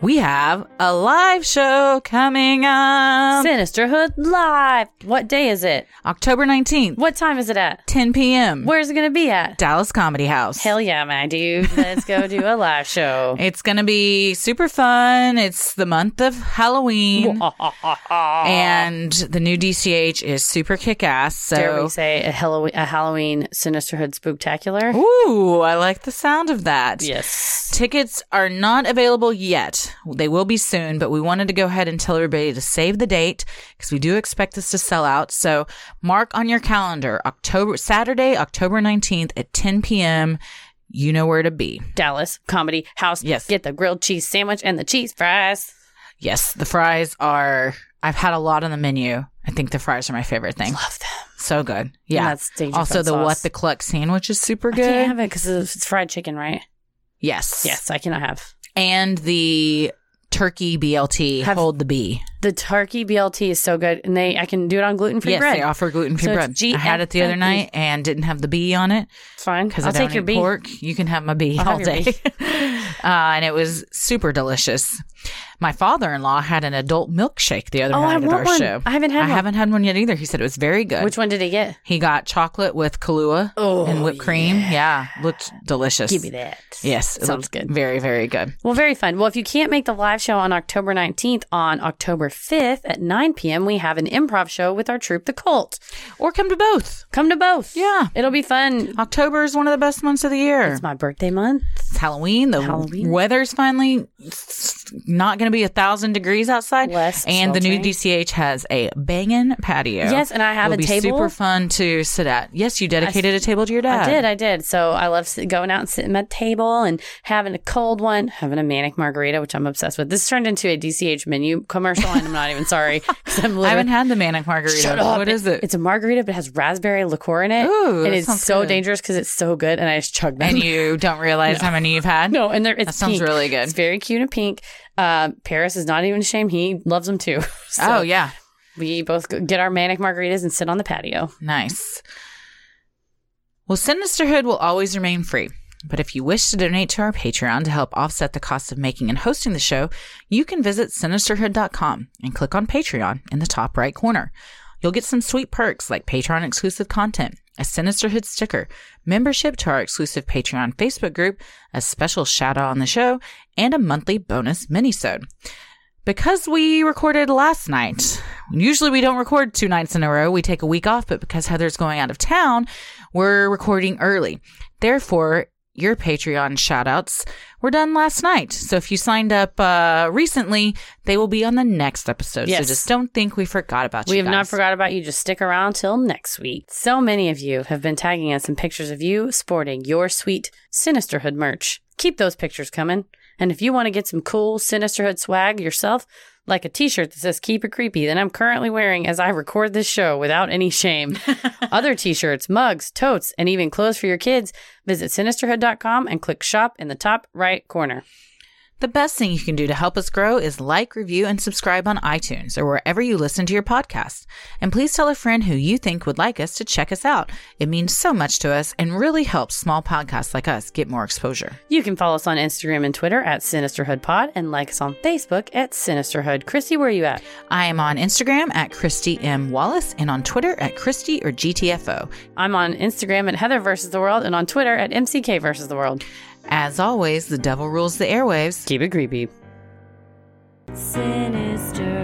Speaker 3: We have a live show coming up
Speaker 2: Sinisterhood Live. What day is it?
Speaker 3: October 19th,
Speaker 2: What time is it at?
Speaker 3: 10 p.m.
Speaker 2: Where's it going to be at?
Speaker 3: Dallas Comedy House.
Speaker 2: Hell yeah, my dude. Let's go do a live show.
Speaker 3: It's going to be super fun. It's the month of Halloween. and the new DCH is super kick ass.
Speaker 2: Dare we
Speaker 3: So,
Speaker 2: say a Halloween, a Halloween Sinisterhood Spooktacular?
Speaker 3: ooh, I like the sound of that.
Speaker 2: Yes.
Speaker 3: Tickets are not available yet. They will be soon, but we wanted to go ahead and tell everybody to save the date because we do expect this to sell out. So mark on your calendar October Saturday, October 19th at 10 p.m. You know where to be.
Speaker 2: Dallas Comedy House.
Speaker 3: Yes.
Speaker 2: Get the grilled cheese sandwich and the cheese fries.
Speaker 3: Yes, the fries are. I've had a lot on the menu. I think the fries are my favorite thing.
Speaker 2: Love them.
Speaker 3: So good. Yeah.
Speaker 2: that's Danger
Speaker 3: also,
Speaker 2: Fun
Speaker 3: the
Speaker 2: sauce.
Speaker 3: what the cluck sandwich is super
Speaker 2: I can't
Speaker 3: good.
Speaker 2: have it because it's fried chicken, right?
Speaker 3: Yes.
Speaker 2: Yes, I cannot have.
Speaker 3: And the turkey BLT
Speaker 2: Have-
Speaker 3: hold the bee.
Speaker 2: The turkey BLT is so good, and they I can do it on gluten free
Speaker 3: yes,
Speaker 2: bread.
Speaker 3: they offer gluten free
Speaker 2: So it's
Speaker 3: bread. I had it the other
Speaker 2: GFFE.
Speaker 3: night and didn't have the bee on it
Speaker 2: It's fine.
Speaker 3: because
Speaker 2: I'll
Speaker 3: I don't
Speaker 2: take your
Speaker 3: eat
Speaker 2: beef.
Speaker 3: pork. You can have my bee
Speaker 2: I'll
Speaker 3: all
Speaker 2: have your
Speaker 3: day, uh, and it was super delicious. My father in law had an adult milkshake the other
Speaker 2: Oh, I
Speaker 3: night at
Speaker 2: want
Speaker 3: our
Speaker 2: one.
Speaker 3: show.
Speaker 2: I haven't had
Speaker 3: I
Speaker 2: one.
Speaker 3: haven't had one yet either. He said it was very good.
Speaker 2: Which one did he get?
Speaker 3: He got chocolate with Kahlua
Speaker 2: Oh,
Speaker 3: and whipped cream. Yeah. looked delicious.
Speaker 2: Give me that.
Speaker 3: Yes, it
Speaker 2: sounds
Speaker 3: looked
Speaker 2: good.
Speaker 3: Very, very good.
Speaker 2: Well, very fun. Well, if you can't make the live show on October 19th, on October 5th at 9 p.m., we have an improv show with our troupe, The Cult.
Speaker 3: Or come to both.
Speaker 2: Come to both.
Speaker 3: Yeah.
Speaker 2: It'll be fun.
Speaker 3: October is one of the best months of the year.
Speaker 2: It's my birthday month.
Speaker 3: It's Halloween. The
Speaker 2: Halloween.
Speaker 3: weather's finally not going to be a thousand degrees outside.
Speaker 2: Less
Speaker 3: and the new
Speaker 2: sweltering.
Speaker 3: DCH has a banging patio.
Speaker 2: Yes, and I have
Speaker 3: It'll
Speaker 2: a
Speaker 3: be
Speaker 2: table.
Speaker 3: Super fun to sit at. Yes, you dedicated a table to your
Speaker 2: I
Speaker 3: dad.
Speaker 2: did. I did. So I love sit- going out and sitting at a table and having a cold one, having a manic margarita, which I'm obsessed with. This turned into a DCH menu commercial, and I'm not even sorry. 'cause I'm
Speaker 3: I haven't
Speaker 2: literally-
Speaker 3: had the manic margarita.
Speaker 2: Shut up.
Speaker 3: What is it?
Speaker 2: It's a margarita, but it has raspberry liqueur in it.
Speaker 3: Ooh,
Speaker 2: and
Speaker 3: that
Speaker 2: it's
Speaker 3: sounds
Speaker 2: so
Speaker 3: good.
Speaker 2: dangerous because it's so good, and I just chug them.
Speaker 3: and you don't realize how many you've had?
Speaker 2: No, and there, it's
Speaker 3: That sounds
Speaker 2: pink.
Speaker 3: really good.
Speaker 2: It's very cute and pink. Uh, Paris is not even ashamed; he loves them too. So
Speaker 3: oh, yeah.
Speaker 2: we both go- get our manic margaritas and sit on the patio.
Speaker 3: Nice. Well, Sinisterhood will always remain free. But if you wish to donate to our Patreon to help offset the cost of making and hosting the show, you can visit sinisterhood.com and click on Patreon in the top right corner. You'll get some sweet perks like Patreon exclusive content, a Sinisterhood sticker, membership to our exclusive Patreon Facebook group, a special shout out on the show, and a monthly bonus minisode. Because we recorded last night, usually we don't record two nights in a row. We take a week off, but because Heather's going out of town, we're recording early. Therefore, your Patreon shout outs were done last night. So if you signed up uh, recently, they will be on the next episode.
Speaker 2: Yes.
Speaker 3: So just don't think we forgot about you.
Speaker 2: We have not
Speaker 3: guys.
Speaker 2: forgot about you. Just stick around till next week. So many of you have been tagging us in pictures of you sporting your sweet Sinisterhood merch. Keep those pictures coming. And if you want to get some cool Sinisterhood swag yourself, like a t-shirt that says keep it creepy that I'm currently wearing as I record this show without any shame. Other t-shirts, mugs, totes, and even clothes for your kids, visit sinisterhood.com and click shop in the top right corner.
Speaker 3: The best thing you can do to help us grow is like, review, and subscribe on iTunes or wherever you listen to your podcast. And please tell a friend who you think would like us to check us out. It means so much to us and really helps small podcasts like us get more exposure.
Speaker 2: You can follow us on Instagram and Twitter at Sinisterhood Pod and like us on Facebook at Sinisterhood. Chrissy, where are you at?
Speaker 3: I am on Instagram at Christy M. Wallace and on Twitter at Christy or GTFO.
Speaker 2: I'm on Instagram at Heather versus the world and on Twitter at MCK versus the world.
Speaker 3: As always, the devil rules the airwaves.
Speaker 2: Keep it creepy.
Speaker 4: Sinister